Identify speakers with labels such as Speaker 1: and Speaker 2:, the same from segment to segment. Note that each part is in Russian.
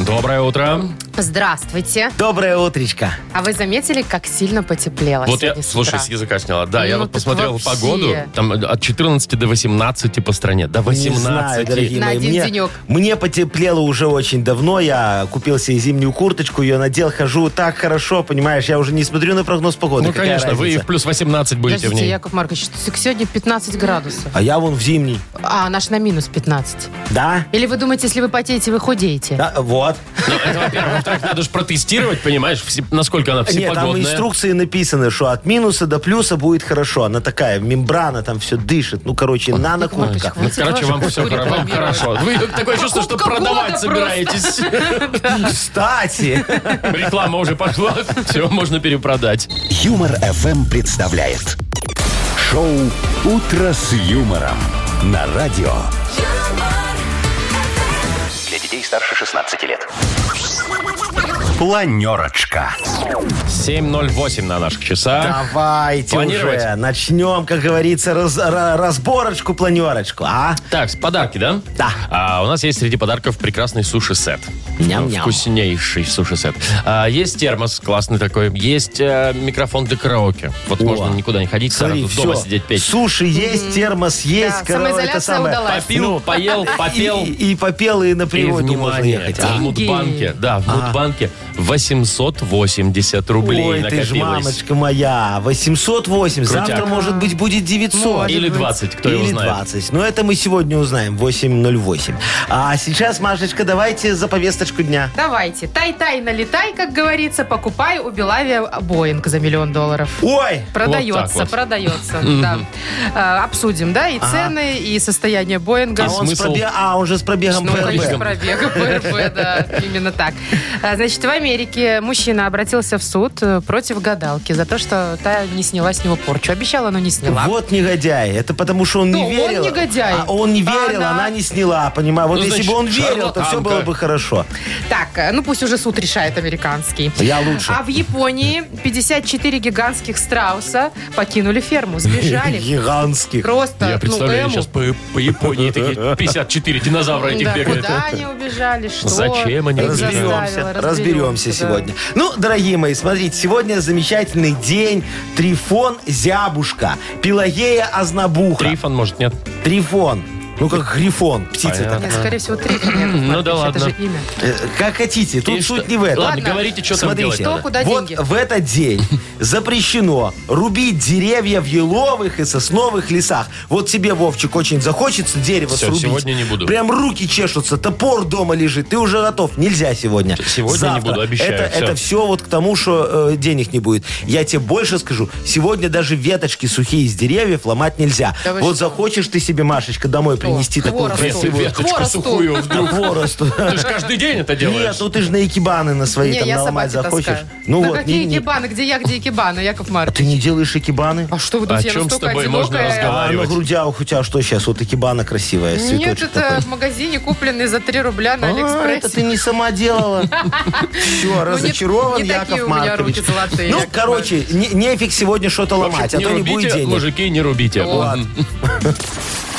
Speaker 1: Доброе утро.
Speaker 2: Здравствуйте.
Speaker 3: Доброе утречко.
Speaker 2: А вы заметили, как сильно потеплело
Speaker 1: Вот я,
Speaker 2: сегодня с
Speaker 1: слушай,
Speaker 2: утра?
Speaker 1: с языка сняла. Да, я
Speaker 2: Ну,
Speaker 1: вот
Speaker 2: тут
Speaker 1: посмотрел
Speaker 2: вообще.
Speaker 1: погоду. Там э, от 14 до 18 по стране. До 18.
Speaker 3: Не знаю, дорогие
Speaker 2: На
Speaker 3: мои.
Speaker 2: один
Speaker 3: мне,
Speaker 2: денек.
Speaker 3: мне потеплело уже очень давно. Я купил себе зимнюю курточку, ее надел, хожу так хорошо, понимаешь, я уже не смотрю на прогноз погоды.
Speaker 1: ну,
Speaker 3: какая
Speaker 1: конечно, вы и
Speaker 3: разница.
Speaker 1: в плюс 18 будете в
Speaker 2: Подождите,
Speaker 1: ней.
Speaker 2: Яков Маркович, с- сегодня 15 градусов.
Speaker 3: А я вон в зимний.
Speaker 2: А, наш на минус 15.
Speaker 3: Да?
Speaker 2: Или вы думаете, если вы потеете, вы худеете?
Speaker 3: Да, вот.
Speaker 1: Во-вторых, надо же протестировать, понимаешь, все- насколько она
Speaker 3: Нет, там
Speaker 1: всепогодная.
Speaker 3: инструкции написаны, что от минуса до плюса будет хорошо. Она такая, мембрана там все дышит. Ну, короче,
Speaker 2: Маркович,
Speaker 3: нанокуртка.
Speaker 2: вы-
Speaker 1: Ну, короче, вам все хоро- вам хорошо. Вы такое
Speaker 2: Ну,
Speaker 1: чувство, что
Speaker 2: Покупка
Speaker 1: продавать
Speaker 2: года
Speaker 1: собираетесь.
Speaker 3: Кстати.
Speaker 1: Реклама уже пошла. Все, можно перепродать.
Speaker 4: Юмор ФМ представляет. Шоу «Утро с юмором» на радио. Для детей старше 16 лет. Планерочка.
Speaker 1: 7.08 на наших часах.
Speaker 3: Давайте
Speaker 1: Планировать?
Speaker 3: уже. Начнем, как говорится, раз- ра- разборочку-планерочку, а?
Speaker 1: Так, с подарки, да?
Speaker 3: Да.
Speaker 1: А у нас есть среди подарков прекрасный суши-сет.
Speaker 3: Ням-ням.
Speaker 1: Вкуснейший суши-сет. А, есть термос классный такой. Есть э, микрофон для караоке. Вот
Speaker 3: О.
Speaker 1: можно никуда не ходить,
Speaker 3: Смотри,
Speaker 1: сразу дома
Speaker 3: всё.
Speaker 1: сидеть петь.
Speaker 3: Суши есть, термос есть,
Speaker 2: Да,
Speaker 3: короче,
Speaker 2: самоизоляция
Speaker 3: это самое.
Speaker 2: удалась.
Speaker 1: Попил, поел, попел.
Speaker 3: И, и попел, и на природу можно ехать.
Speaker 1: в
Speaker 3: а?
Speaker 1: Мудбанке, да, в Мудбанке 880 рублей
Speaker 3: Ой, ты
Speaker 1: накопилось.
Speaker 3: ж мамочка моя. 808. Завтра,
Speaker 1: Крутяк.
Speaker 3: может быть, будет 900.
Speaker 1: Или 20, кто его
Speaker 3: Или
Speaker 1: знает.
Speaker 3: 20. Но это мы сегодня узнаем. 808. А сейчас, Машечка, давайте за повесточку дня.
Speaker 2: Давайте. Тай-тай, налетай, как говорится, покупай у Белавия Боинг за миллион долларов.
Speaker 3: Ой!
Speaker 1: так
Speaker 2: Продается,
Speaker 1: вот.
Speaker 2: продается, да. А, Обсудим, да, и цены, и состояние Боинга.
Speaker 3: А он, с
Speaker 1: смысл?
Speaker 3: пробе- а, он же с пробегом
Speaker 2: Ну, конечно,
Speaker 3: ПРБ.
Speaker 2: пробега ПРБ, да, именно так. А, Значит, в Америке мужчина обратился в суд э, против гадалки за то, что та не сняла с него порчу. Обещала, но не сняла.
Speaker 3: Вот негодяй. Это потому, что он
Speaker 2: Ну,
Speaker 3: не
Speaker 2: он
Speaker 3: верил.
Speaker 2: негодяй.
Speaker 3: А он не верил,
Speaker 2: Она-
Speaker 3: она... не сняла, понимаю. Вот
Speaker 1: Ну,
Speaker 3: если
Speaker 1: значит,
Speaker 3: бы он верил, то
Speaker 1: шарлатанка.
Speaker 3: все было бы хорошо.
Speaker 2: Так, э, ну пусть уже суд решает американский.
Speaker 3: Я лучше.
Speaker 2: А в Японии 54 гигантских страуса покинули ферму, сбежали.
Speaker 3: Гигантский.
Speaker 2: Просто,
Speaker 1: Я
Speaker 2: ну,
Speaker 1: представляю,
Speaker 2: эму.
Speaker 1: сейчас по, по Японии такие 54 динозавра этих
Speaker 2: Да,
Speaker 1: бегают.
Speaker 2: куда они убежали, что?
Speaker 1: Зачем они
Speaker 2: их
Speaker 1: убежали?
Speaker 2: заставило,
Speaker 3: Разберемся, разберемся
Speaker 2: да.
Speaker 3: сегодня. Ну, дорогие мои, смотрите, сегодня замечательный день. Трифон Зябушка, Пелагея Азнабуха.
Speaker 1: Трифон, может, нет?
Speaker 3: Трифон. Ну, как грифон, птица
Speaker 1: Понятно.
Speaker 2: Нет, скорее всего, три. Яков
Speaker 1: Ну да
Speaker 2: Маркович,
Speaker 1: ладно.
Speaker 2: Это же имя.
Speaker 3: Э, Как хотите, тут
Speaker 1: И
Speaker 3: суть
Speaker 1: что?
Speaker 3: не в этом.
Speaker 1: Ладно, говорите, что там делать
Speaker 3: Смотрите,
Speaker 2: Кто,
Speaker 1: надо.
Speaker 2: куда
Speaker 3: вот
Speaker 2: деньги?
Speaker 3: в этот день запрещено рубить деревья в еловых и сосновых лесах. Вот тебе, Вовчик, очень захочется дерево
Speaker 1: Всё,
Speaker 3: срубить.
Speaker 1: сегодня не буду.
Speaker 3: Прям руки чешутся, топор дома лежит, ты уже готов. Нельзя сегодня.
Speaker 1: Сегодня не
Speaker 3: Завтра.
Speaker 1: буду, обещаю,
Speaker 3: Это,
Speaker 1: всё.
Speaker 3: это все вот к тому, что э, денег не будет. Я тебе больше скажу, сегодня даже веточки сухие из деревьев ломать нельзя.
Speaker 2: Да вы
Speaker 3: вот
Speaker 2: что?
Speaker 3: захочешь ты себе, Машечка, домой принести такую
Speaker 2: хворосту.
Speaker 1: Если
Speaker 3: красивую
Speaker 1: веточку
Speaker 2: Хворосту.
Speaker 1: сухую вдруг.
Speaker 3: хворосту.
Speaker 1: Ты же каждый день это
Speaker 3: Нет,
Speaker 1: делаешь.
Speaker 3: ну ты же на экибаны на свои
Speaker 2: Не,
Speaker 3: там
Speaker 2: я
Speaker 3: наломать
Speaker 2: собаки
Speaker 3: захочешь.
Speaker 2: таскаю.
Speaker 3: Ну
Speaker 2: да
Speaker 3: вот,
Speaker 2: какие
Speaker 3: не- не-
Speaker 2: экибаны? Где я, где экибаны, Яков
Speaker 3: А
Speaker 2: Маркович?
Speaker 3: ты не делаешь экибаны?
Speaker 2: А что вы думаете,
Speaker 1: О
Speaker 2: я
Speaker 1: чем с
Speaker 2: настолько
Speaker 1: тобой можно
Speaker 2: одинокая?
Speaker 1: разговаривать?
Speaker 3: А на грудях у тебя что сейчас? Вот экибана красивая, с
Speaker 2: Нет,
Speaker 3: цветочек
Speaker 2: это
Speaker 3: такой.
Speaker 2: в магазине купленный за 3 рубля на
Speaker 3: А, это ты
Speaker 2: Алиэкспрессе.
Speaker 3: не сама делала. Все,
Speaker 2: Ну, не-
Speaker 3: разочарован
Speaker 2: не такие
Speaker 3: Яков
Speaker 2: у меня
Speaker 3: Маркович.
Speaker 2: руки золотые,
Speaker 3: Ну,
Speaker 2: Яков
Speaker 3: короче, не- нефиг сегодня что-то
Speaker 1: В общем,
Speaker 3: ломать, а
Speaker 1: не
Speaker 3: то не будет
Speaker 1: рубите,
Speaker 3: денег. Ну,
Speaker 1: мужики, не рубите.
Speaker 2: Вот.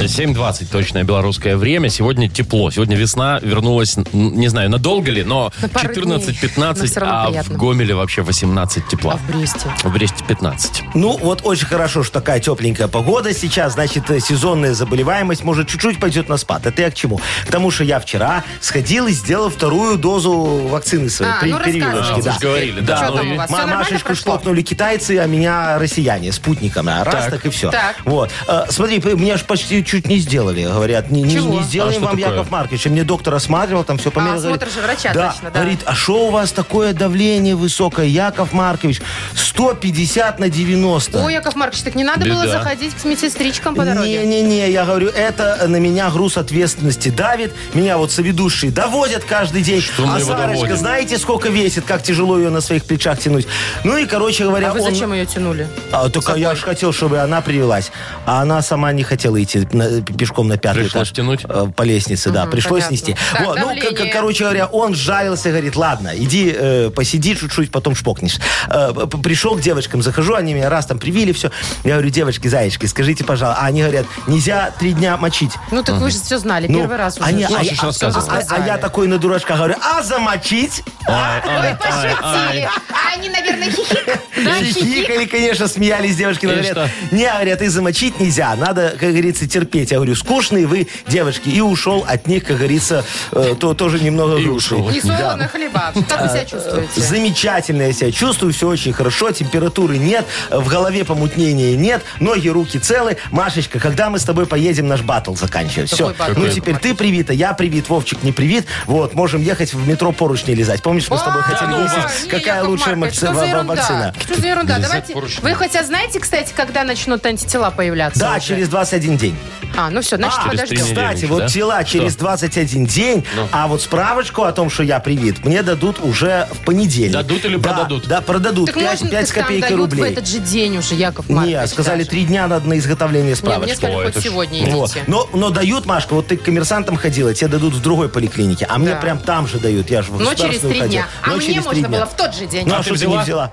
Speaker 1: 7.20 точное белорусское время. Сегодня тепло. Сегодня весна вернулась, н- не знаю, надолго ли, но
Speaker 2: На пару дней, но
Speaker 1: 14-15,
Speaker 2: всё равно
Speaker 1: а в
Speaker 2: приятно.
Speaker 1: Гомеле вообще 18
Speaker 2: А
Speaker 1: тепла.
Speaker 2: в Бресте?
Speaker 1: В Бресте 15.
Speaker 3: Ну, вот очень хорошо, что такая тепленькая погода сейчас. Значит, э, сезонная заболеваемость, может, чуть-чуть пойдет на спад. Это я к чему? К тому, что я вчера сходил и сделал вторую дозу вакцины своей.
Speaker 2: А,
Speaker 3: три-
Speaker 2: ну,
Speaker 3: прививочки,
Speaker 2: рассказывайте.
Speaker 3: да.
Speaker 1: Вы же говорили, да.
Speaker 2: Что
Speaker 1: ну
Speaker 2: там
Speaker 1: и-
Speaker 2: у вас?
Speaker 3: Ма-
Speaker 2: А Всё нормально
Speaker 3: Машечку
Speaker 2: прошло?
Speaker 3: шлопнули китайцы, а меня россияне спутником. А Раз, так, и все.
Speaker 2: Так.
Speaker 3: Вот. Э, смотри, п- мне аж почти чуть чуть не сделали. Говорят, не, не-
Speaker 2: Чего?
Speaker 3: не сделаем
Speaker 1: А что
Speaker 3: вам,
Speaker 1: такое?
Speaker 3: Яков Маркович. И Мне доктор осматривал, там все померил.
Speaker 2: осмотр
Speaker 3: говорит,
Speaker 2: же врача, точно, да.
Speaker 3: Говорит, а что у вас такое давление высокое, Яков Маркович? 150 на 90.
Speaker 2: Ой, Яков Маркович, так не надо
Speaker 1: Беда.
Speaker 2: было заходить к медсестричкам по дороге.
Speaker 3: Не-не-не, я говорю, это на меня груз ответственности давит. Меня вот соведущие доводят каждый день.
Speaker 1: Что мы
Speaker 3: а
Speaker 1: его
Speaker 3: Сарочка,
Speaker 1: доводим?
Speaker 3: знаете, сколько весит, как тяжело ее на своих плечах тянуть. Ну и, короче говоря,
Speaker 2: А вы
Speaker 3: он-
Speaker 2: зачем ее тянули?
Speaker 3: А, только я же хотел, чтобы она привелась. А она сама не хотела идти на- пешком на пятый
Speaker 1: Пришлось
Speaker 3: этаж.
Speaker 1: тянуть?
Speaker 3: Э, По лестнице, да.
Speaker 2: Мгм,
Speaker 3: Пришлось
Speaker 2: понятно.
Speaker 3: нести.
Speaker 2: Так,
Speaker 3: Вот, ну,
Speaker 2: давление.
Speaker 3: к- к- короче говоря, он сжалился, говорит, ладно, иди э, посиди чуть-чуть, потом шпокнешь. Э, п- пришел к девочкам, захожу, они меня раз там привили, все. Я говорю, девочки, зайчики, скажите, пожалуйста. А они говорят, нельзя три дня мочить.
Speaker 2: Ну, так вы же все знали,
Speaker 3: Ну,
Speaker 2: первый раз уже.
Speaker 3: они-
Speaker 1: Ну,
Speaker 3: а,
Speaker 1: а
Speaker 3: я-
Speaker 1: что ж
Speaker 3: а-
Speaker 1: рассказывала?
Speaker 3: а- а я такой на дурачка говорю, а замочить?
Speaker 1: Ай, ай,
Speaker 2: Ой, пошутили. А они, наверное, хихик. Да, хихик.
Speaker 3: Хихикали, конечно, смеялись девочки. но
Speaker 1: И
Speaker 3: говорят,
Speaker 1: что?
Speaker 3: не, говорят, и замочить нельзя. Надо, как говорится, терпеть. Я говорю, скучные вы, девочки. И ушел от них, как говорится, э, то тоже немного
Speaker 1: И
Speaker 3: груши.
Speaker 1: ушел.
Speaker 2: Не
Speaker 1: Да.
Speaker 2: солоно хлеба. Как вы
Speaker 3: А,
Speaker 2: себя чувствуете?
Speaker 3: Замечательно я себя чувствую, все очень хорошо, температуры нет, э, в голове помутнения нет, ноги, руки целы. Машечка, когда мы с тобой поедем, наш батл заканчивается. Все.
Speaker 2: Какой батл?
Speaker 3: Ну
Speaker 2: Какой?
Speaker 3: теперь ты привита, я привит, Вовчик не привит. Вот, можем ехать в метро поручни лизать. Помнишь, мы с тобой
Speaker 2: Ой,
Speaker 3: хотели
Speaker 1: ну
Speaker 3: выяснить,
Speaker 1: вас.
Speaker 2: А, не,
Speaker 3: какая
Speaker 2: Яков
Speaker 3: лучшая
Speaker 2: Маркович,
Speaker 3: вакци-
Speaker 2: что за
Speaker 3: ва-
Speaker 2: ерунда?
Speaker 3: вакцина?
Speaker 2: Что за ерунда?
Speaker 1: Лизать
Speaker 2: Давайте.
Speaker 1: поручни.
Speaker 2: Вы хотя знаете, кстати, когда начнут антитела появляться?
Speaker 3: Да,
Speaker 2: уже?
Speaker 3: через 21 день.
Speaker 2: А, ну все, значит,
Speaker 3: А,
Speaker 1: через три
Speaker 2: подождем.
Speaker 1: недели.
Speaker 3: Кстати,
Speaker 1: Недельничек,
Speaker 3: вот
Speaker 1: да?
Speaker 3: тела
Speaker 1: Что? Ну.
Speaker 3: через 21 день, а вот справочку о том, что я привит, мне дадут уже в понедельник.
Speaker 1: Дадут или
Speaker 3: Да,
Speaker 1: продадут?
Speaker 3: Да, продадут.
Speaker 2: Так ну,
Speaker 3: 5,
Speaker 2: можно, так
Speaker 3: с
Speaker 2: там
Speaker 3: копейкой
Speaker 2: дают в
Speaker 3: рублей.
Speaker 2: этот же день уже, Яков Маркович.
Speaker 3: Не, сказали,
Speaker 2: даже.
Speaker 3: три дня надо на изготовление
Speaker 2: Не, мне
Speaker 3: справочки.
Speaker 1: Ой,
Speaker 2: сказали,
Speaker 1: это
Speaker 2: хоть
Speaker 1: ж-
Speaker 2: сегодня
Speaker 3: Вот. Ну,
Speaker 2: идите.
Speaker 3: Но, но дают, Машка, вот ты к коммерсантам ходила, тебе дадут в другой поликлинике, а мне
Speaker 2: Да.
Speaker 3: прям там же дают, я же в
Speaker 2: Но через
Speaker 3: государственную
Speaker 2: три
Speaker 3: ходил.
Speaker 2: дня. А
Speaker 3: Но
Speaker 2: мне
Speaker 3: через три
Speaker 2: можно
Speaker 3: дня.
Speaker 2: было в тот же день.
Speaker 3: Ну
Speaker 1: А
Speaker 3: а
Speaker 1: ты
Speaker 3: что ты не
Speaker 1: взяла?
Speaker 3: взяла?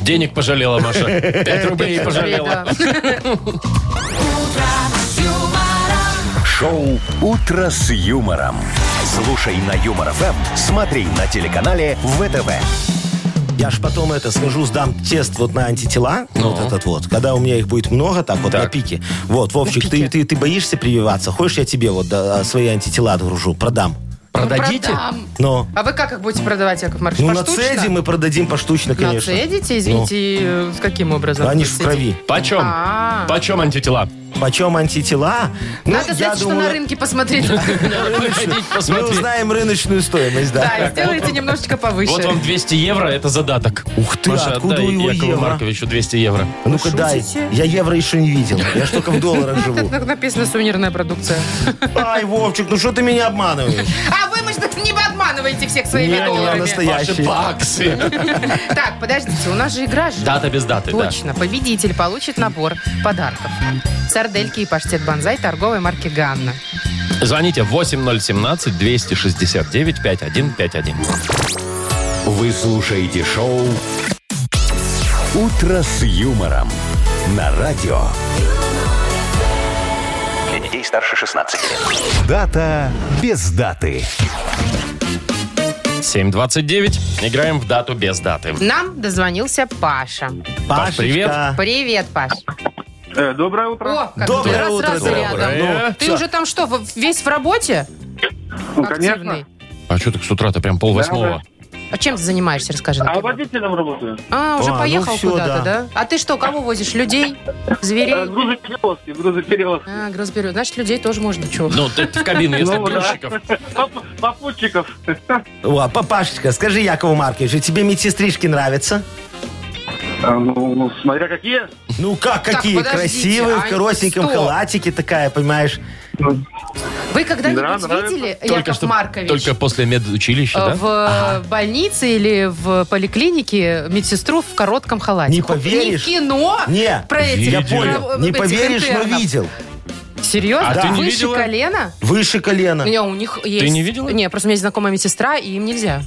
Speaker 1: Денег пожалела, Маша. Пять рублей пожалела.
Speaker 2: Да.
Speaker 4: Шоу «Утро с юмором». Слушай на Юмор ФМ, смотри на телеканале ВТВ.
Speaker 3: Я ж потом это схожу, сдам тест вот на антитела, вот этот вот, когда у меня их будет много, так вот на
Speaker 1: Ну. Так.
Speaker 3: пике. Вот, Вовчик, ты, ты, ты боишься прививаться? Хочешь, я тебе вот да, а, свои антитела отгружу, продам.
Speaker 1: Продадите?
Speaker 2: Продам.
Speaker 3: Но
Speaker 2: А вы как их будете продавать, Яков Маркович?
Speaker 3: ну,
Speaker 2: Поштучно?
Speaker 3: нацедим и продадим поштучно, конечно. Ну,
Speaker 2: Нацедите, извините, э, каким образом?
Speaker 3: Они ж в
Speaker 2: нацедите?
Speaker 3: крови.
Speaker 1: Почем?
Speaker 2: А.
Speaker 1: Почем антитела?
Speaker 3: Почем антитела? Ну,
Speaker 2: Надо,
Speaker 3: я
Speaker 2: знаете, что
Speaker 3: думаю,
Speaker 2: на рынке посмотреть.
Speaker 3: Ну,
Speaker 1: Приходите,
Speaker 3: Мы
Speaker 1: посмотрите.
Speaker 3: узнаем рыночную стоимость,
Speaker 2: Да, и
Speaker 3: да.
Speaker 2: сделайте немножко
Speaker 1: Вот
Speaker 2: повыше.
Speaker 1: вам 200 евро, это задаток.
Speaker 3: Ух ты,
Speaker 1: Маша,
Speaker 3: откуда
Speaker 1: отдай
Speaker 3: у него
Speaker 1: Якову
Speaker 3: евро?
Speaker 1: Марковичу 200 евро.
Speaker 3: Ну-ка дай.
Speaker 2: шутите?
Speaker 3: Я евро еще не видел. Я ж только в долларах живу.
Speaker 2: Как написано сувенирная продукция.
Speaker 3: Ай, Вовчик, ну что ты меня обманываешь?
Speaker 2: А вы, может, не обманываете всех
Speaker 3: Не,
Speaker 2: своими
Speaker 3: не,
Speaker 2: долларами.
Speaker 3: настоящий.
Speaker 1: Ваши
Speaker 3: Настоящие.
Speaker 1: баксы.
Speaker 2: Так, подождите, у нас же игра же.
Speaker 1: Дата без даты, да.
Speaker 2: Точно. Победитель получит набор подарков. Сардельки и паштет банзай торговой марки «Ганна».
Speaker 1: Звоните 8017-269-5151.
Speaker 4: Вы слушаете шоу «Утро с юмором» на радио.
Speaker 5: Для детей старше 16 лет.
Speaker 4: Дата без даты.
Speaker 1: 729. Играем в дату без даты.
Speaker 2: Нам дозвонился Паша.
Speaker 1: Паш, привет.
Speaker 3: Пашечка.
Speaker 2: Привет, Паш.
Speaker 6: Э, Доброе утро.
Speaker 2: О, как
Speaker 3: Доброе
Speaker 2: ты раз,
Speaker 3: утро,
Speaker 2: раз и
Speaker 3: доброе.
Speaker 2: рядом.
Speaker 1: Э,
Speaker 2: Ты уже там что, в- весь в работе?
Speaker 6: Ну,
Speaker 2: Активный.
Speaker 6: конечно.
Speaker 1: А что так с утра-то прям пол восьмого?
Speaker 2: А чем ты занимаешься, расскажи.
Speaker 6: А
Speaker 2: например.
Speaker 6: водителем работаю.
Speaker 2: А, уже
Speaker 3: А, ну
Speaker 2: поехал
Speaker 3: всё,
Speaker 2: куда-то,
Speaker 3: да.
Speaker 2: да. А ты что, кого возишь? Людей? Зверей?
Speaker 6: Э, Грузоперевозки, грузоперевозки.
Speaker 2: А, грузберет. Значит, людей тоже можно чего.
Speaker 1: Ну, ты в кабину, если
Speaker 6: Ну, да.
Speaker 1: грузчиков.
Speaker 6: Поп- Попутчиков.
Speaker 3: О, папашечка, скажи, Якову Марковичу, тебе медсестрички нравятся?
Speaker 6: А, Ну, ну, смотря какие.
Speaker 3: Ну как,
Speaker 2: Так,
Speaker 3: какие
Speaker 2: подождите,
Speaker 3: красивые, в
Speaker 2: а,
Speaker 3: коротеньком
Speaker 2: стоп.
Speaker 3: халатике такая, понимаешь?
Speaker 2: Вы когда-нибудь
Speaker 6: Да, нравится.
Speaker 2: видели,
Speaker 1: Только
Speaker 2: Яков
Speaker 1: что,
Speaker 2: Маркович?
Speaker 1: только после медучилища,
Speaker 2: э,
Speaker 1: да?
Speaker 2: В э, больнице или в поликлинике медсестру в коротком халате.
Speaker 3: Не
Speaker 2: Хоть
Speaker 3: поверишь.
Speaker 2: Не в кино.
Speaker 3: Не,
Speaker 2: Про этих,
Speaker 3: я
Speaker 1: видел.
Speaker 3: понял.
Speaker 2: про
Speaker 3: Не
Speaker 2: этих
Speaker 3: поверишь, но
Speaker 2: интернов.
Speaker 3: видел.
Speaker 2: Серьезно?
Speaker 1: А ты не
Speaker 2: Выше
Speaker 1: видела?
Speaker 2: колена?
Speaker 3: Выше колена.
Speaker 2: Не, у них есть...
Speaker 1: не видела?
Speaker 2: Не, просто у меня есть знакомая медсестра, и им нельзя.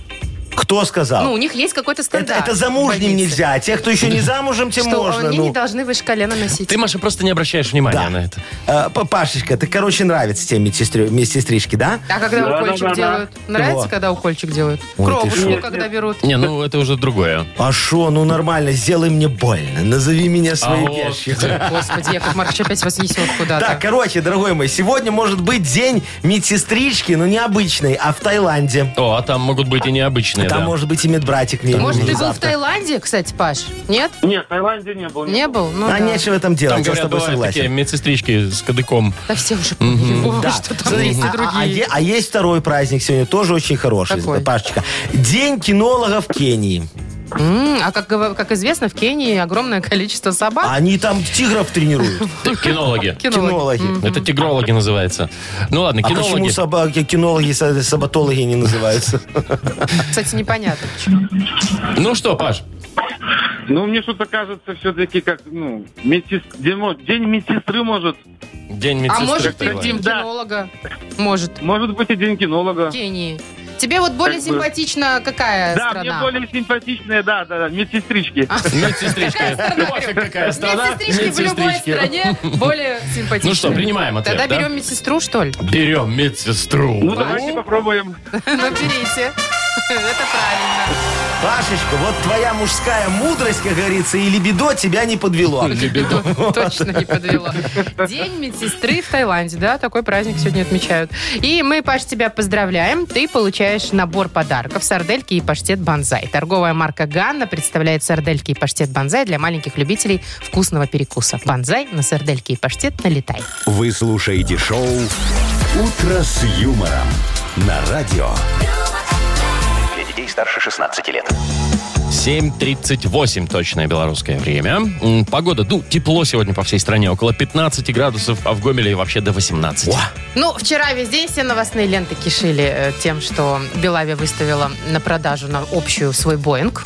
Speaker 3: Кто сказал?
Speaker 2: Ну, у них есть какой-то
Speaker 3: А. это,
Speaker 2: стандарт.
Speaker 3: это замужним
Speaker 2: больницы.
Speaker 3: нельзя, а тех, кто еще не замужем, тем
Speaker 2: Что
Speaker 3: можно.
Speaker 2: они
Speaker 3: ну.
Speaker 2: не должны выше колена носить.
Speaker 1: Ты, Маша, просто не обращаешь внимания
Speaker 3: Да.
Speaker 1: на это.
Speaker 3: Э, Папашечка, ты, короче, нравится тебе медсестры- медсестрички, да?
Speaker 2: А когда
Speaker 6: Да,
Speaker 2: укольчик
Speaker 6: да, да,
Speaker 2: делают? Нравится,
Speaker 3: Во.
Speaker 2: когда укольчик делают?
Speaker 3: Ой, ты
Speaker 2: Кровушку,
Speaker 6: шо.
Speaker 2: когда берут.
Speaker 1: Не, ну это уже другое.
Speaker 3: А шо, ну нормально, сделай мне больно. Назови меня своей
Speaker 1: А вот
Speaker 3: вещью.
Speaker 1: ты.
Speaker 2: Господи, Яков Маркович опять вас несет
Speaker 3: Да,
Speaker 2: куда-то.
Speaker 3: короче, дорогой мой, сегодня может быть день медсестрички, но не обычной, а в Таиланде.
Speaker 1: О, а там могут быть и необычные,
Speaker 3: А может быть и медбратик не
Speaker 2: Может, ты был в
Speaker 3: ну, завтра.
Speaker 2: Таиланде, кстати, Паш? Нет?
Speaker 6: Нет, в Таиланде не был.
Speaker 2: Не был? Ну,
Speaker 3: А
Speaker 2: да.
Speaker 3: нечего
Speaker 1: Там,
Speaker 3: там делать, я с
Speaker 1: говорят,
Speaker 3: тобой
Speaker 1: бывают такие
Speaker 3: согласен.
Speaker 1: медсестрички с кадыком.
Speaker 2: Да все уже поняли, Вова,
Speaker 3: Да.
Speaker 2: что там
Speaker 3: Смотри,
Speaker 2: есть и
Speaker 3: а- а- а
Speaker 2: другие.
Speaker 3: е- а есть второй праздник сегодня, тоже очень хороший,
Speaker 2: Какой?
Speaker 3: Пашечка. День кинолога в Кении.
Speaker 2: М, А как, гов- как известно, в Кении огромное количество собак.
Speaker 3: Они там тигров тренируют, А,
Speaker 1: Кинологи.
Speaker 2: кинологи.
Speaker 3: кинологи.
Speaker 1: Это тигрологи называется. Ну ладно,
Speaker 3: А почему
Speaker 1: кинологи.
Speaker 3: собаки, кинологи, са- саботологи не называются?
Speaker 2: Кстати, непонятно почему.
Speaker 1: Ну что, Паш,
Speaker 6: Ну, мне что-то кажется все-таки как, ну, медсес... день, мо- день медсестры может.
Speaker 1: день
Speaker 2: А
Speaker 1: медсестры.
Speaker 2: может,
Speaker 1: в
Speaker 2: ты
Speaker 1: Таиланде.
Speaker 2: Дим
Speaker 6: Да.
Speaker 2: кинолога? Может,
Speaker 6: Может быть, и день кинолога.
Speaker 2: в Кении. Тебе вот более
Speaker 6: Как бы-
Speaker 2: симпатична какая
Speaker 6: да,
Speaker 2: страна?
Speaker 6: мне более симпатичные, да, да, да, медсестрички.
Speaker 1: Медсестричка. Пофиг, какая страна.
Speaker 2: Медсестрички в любой
Speaker 1: медсестрички.
Speaker 2: стране более симпатичны.
Speaker 1: Ну что, принимаем ответ,
Speaker 2: Тогда
Speaker 1: да?
Speaker 2: берем медсестру, что ли?
Speaker 1: Берем медсестру.
Speaker 6: Ну, давайте попробуем.
Speaker 2: Ну, берите. Это правильно.
Speaker 3: Пашечка, вот твоя мужская мудрость, как говорится, и либидо тебя не подвело.
Speaker 2: Точно не подвело. День медсестры в Таиланде, да, такой праздник сегодня отмечают. И мы, Паш, тебя поздравляем. Ты получаешь набор подарков сардельки и паштет банзай. Торговая марка Ганна представляет сардельки и паштет банзай для маленьких любителей вкусного перекуса. Банзай на сардельки и паштет налетай.
Speaker 4: Вы слушаете шоу «Утро с юмором» на радио.
Speaker 5: Для детей старше 16 лет.
Speaker 1: 7.38 точное белорусское время. М, Погода, ну, тепло сегодня по всей стране. Около 15 градусов, а в Гомеле вообще до 18.
Speaker 2: Ну, вчера весь день все новостные ленты кишили э, тем, что Белавия выставила на продажу на общую свой Боинг.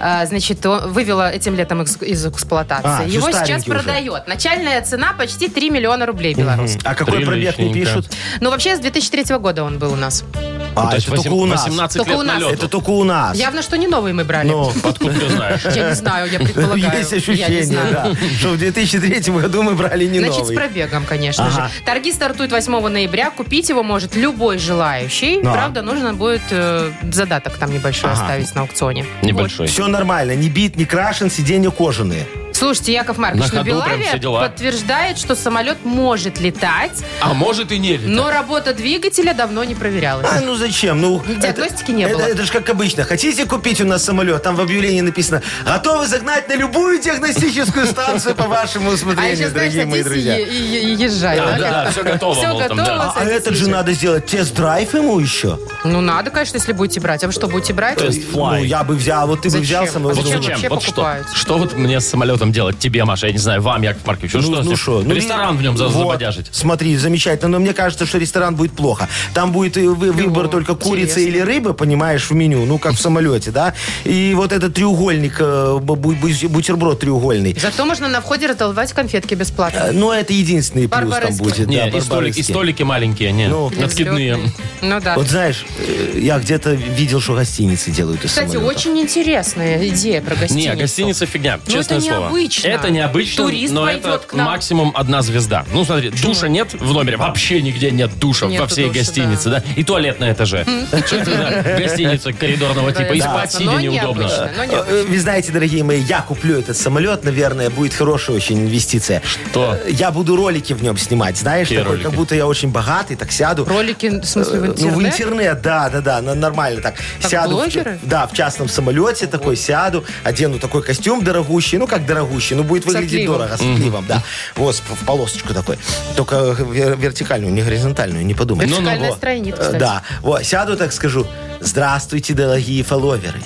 Speaker 2: А, значит, о- вывела этим летом из, из эксплуатации.
Speaker 3: А, всё
Speaker 2: Его сейчас
Speaker 3: старенький уже.
Speaker 2: продает. Начальная цена почти 3 миллиона рублей белорусских.
Speaker 3: А какой пробег не
Speaker 1: Приличненько.
Speaker 3: пишут?
Speaker 2: Ну, вообще, с 2003 года он был у нас.
Speaker 1: Ну,
Speaker 3: А,
Speaker 1: то есть
Speaker 3: это только
Speaker 1: восем-
Speaker 3: у нас.
Speaker 1: 18
Speaker 2: Только
Speaker 1: лет
Speaker 2: у нас.
Speaker 1: налету.
Speaker 3: Это только у нас.
Speaker 2: Явно, что не новый мы брали.
Speaker 3: Ну,
Speaker 1: Откуда ты знаешь?
Speaker 2: Я не знаю, я предполагаю.
Speaker 3: есть
Speaker 2: Я не
Speaker 3: ощущение,
Speaker 2: знаю.
Speaker 3: да, что в 2003 году мы брали не
Speaker 2: Значит, с
Speaker 3: новый.
Speaker 2: пробегом, конечно
Speaker 3: Ага.
Speaker 2: же. Торги стартуют 8 ноября. Купить его может любой желающий.
Speaker 3: Да.
Speaker 2: Правда, нужно будет э, задаток там небольшой
Speaker 3: Ага.
Speaker 2: оставить на аукционе.
Speaker 1: Небольшой.
Speaker 3: Все нормально, не бит, не крашен, сиденья кожаные.
Speaker 2: Вот. Слушайте, Яков Маркович,
Speaker 1: На
Speaker 2: но
Speaker 1: ходу прям все
Speaker 2: Белавия
Speaker 1: дела.
Speaker 2: подтверждает, что самолет может летать,
Speaker 1: А может и не летать.
Speaker 2: но работа двигателя давно не проверялась.
Speaker 3: А ну зачем? Ну,
Speaker 2: Диагностики
Speaker 3: это-
Speaker 2: не
Speaker 3: это,
Speaker 2: было.
Speaker 3: Это же как обычно. Хотите купить у нас самолет? Там в объявлении написано «Готовы загнать на любую диагностическую станцию по вашему
Speaker 2: А еще,
Speaker 3: усмотрению,
Speaker 2: знаешь,
Speaker 3: дорогие мои
Speaker 2: садись и,
Speaker 3: друзья».
Speaker 2: е- и- и езжай.
Speaker 1: Да, да,
Speaker 2: как-то?
Speaker 1: все готово,
Speaker 2: Все
Speaker 1: мол, там,
Speaker 2: готово,
Speaker 1: да.
Speaker 3: А, а
Speaker 2: садись,
Speaker 3: этот же
Speaker 2: езжай.
Speaker 3: надо сделать тест-драйв ему еще.
Speaker 2: Ну, надо, конечно, если будете брать. А вы что, будете брать?
Speaker 1: То есть Fly.
Speaker 3: Ну, я бы взял, вот ты бы
Speaker 2: Зачем?
Speaker 3: взял
Speaker 2: А
Speaker 3: самолет.
Speaker 1: Вот
Speaker 2: Зачем
Speaker 1: зачем?
Speaker 2: вообще
Speaker 1: Вот что?
Speaker 2: покупают?
Speaker 1: Что вот мне с самолетом делать? Тебе, Маша, я не знаю, вам, Яков Маркович. Ну, что, с ним?
Speaker 3: шо, ну,
Speaker 1: Ресторан в нем за-
Speaker 3: вот,
Speaker 1: забодяжить.
Speaker 3: Смотри, замечательно, но мне кажется, что ресторан будет плохо. Там будет э, вы- выбор только курицы
Speaker 2: интересно.
Speaker 3: или рыбы, понимаешь, в меню, ну как в самолете, да? И вот этот треугольник, э, бу- бу- бутерброд треугольный.
Speaker 2: Зато можно на входе раздолбать конфетки бесплатно.
Speaker 3: Э, Ну это единственный плюс там
Speaker 2: Барбарыски.
Speaker 3: будет.
Speaker 1: Не,
Speaker 3: да,
Speaker 1: и, столик- и
Speaker 3: барбарыски.
Speaker 1: столики маленькие, не,
Speaker 3: Ну.
Speaker 1: откидные.
Speaker 2: Ну да.
Speaker 3: Вот знаешь, э, я где-то видел, что гостиницы делают из
Speaker 2: Кстати,
Speaker 3: самолетов.
Speaker 2: очень интересная идея про гостиницу.
Speaker 1: Не, гостиница фигня,
Speaker 2: Ну,
Speaker 1: честное
Speaker 2: это
Speaker 1: слово.
Speaker 2: необычно.
Speaker 1: Это необычно,
Speaker 2: Турист
Speaker 1: но
Speaker 2: пойдет
Speaker 1: это
Speaker 2: к нам.
Speaker 1: максимум одна звезда. Ну, смотри, душа нет в номере, вообще нигде нет душа
Speaker 2: Нету
Speaker 1: во всей
Speaker 2: душа,
Speaker 1: гостинице, да. И туалет на этаже. Что это за гостиница коридорного типа, и спать
Speaker 2: Согласна, но
Speaker 1: сидя неудобно.
Speaker 2: необычно, но
Speaker 3: Э,
Speaker 2: необычно.
Speaker 3: э, Вы знаете, дорогие мои, я куплю этот самолет, наверное, будет хорошая очень инвестиция.
Speaker 1: Что?
Speaker 3: Э, Я буду ролики в нем снимать, знаешь,
Speaker 1: Какие
Speaker 3: такой,
Speaker 1: ролики?
Speaker 3: как будто я очень богатый, так сяду.
Speaker 2: Ролики, в смысле, в
Speaker 3: Э, Ну, в
Speaker 2: интернет?
Speaker 3: интернет, да, да, да, на- нормально так.
Speaker 2: Как
Speaker 3: сяду. в ч-
Speaker 2: блогеры?
Speaker 3: да, в частном самолете такой сяду, одену такой костюм дорогущий, ну как дорогущий, ну будет выглядеть
Speaker 2: отливом.
Speaker 3: дорого, с отливом, да. Вот, в полосочку такой. Только э, вер- вертикальную, не горизонтальную, не подумай.
Speaker 1: Ну-ну.
Speaker 2: Вертикальная
Speaker 3: Во.
Speaker 2: страница,
Speaker 3: Э,
Speaker 2: кстати.
Speaker 3: Да, вот, сяду так скажу. Здравствуйте, дорогие фолловеры.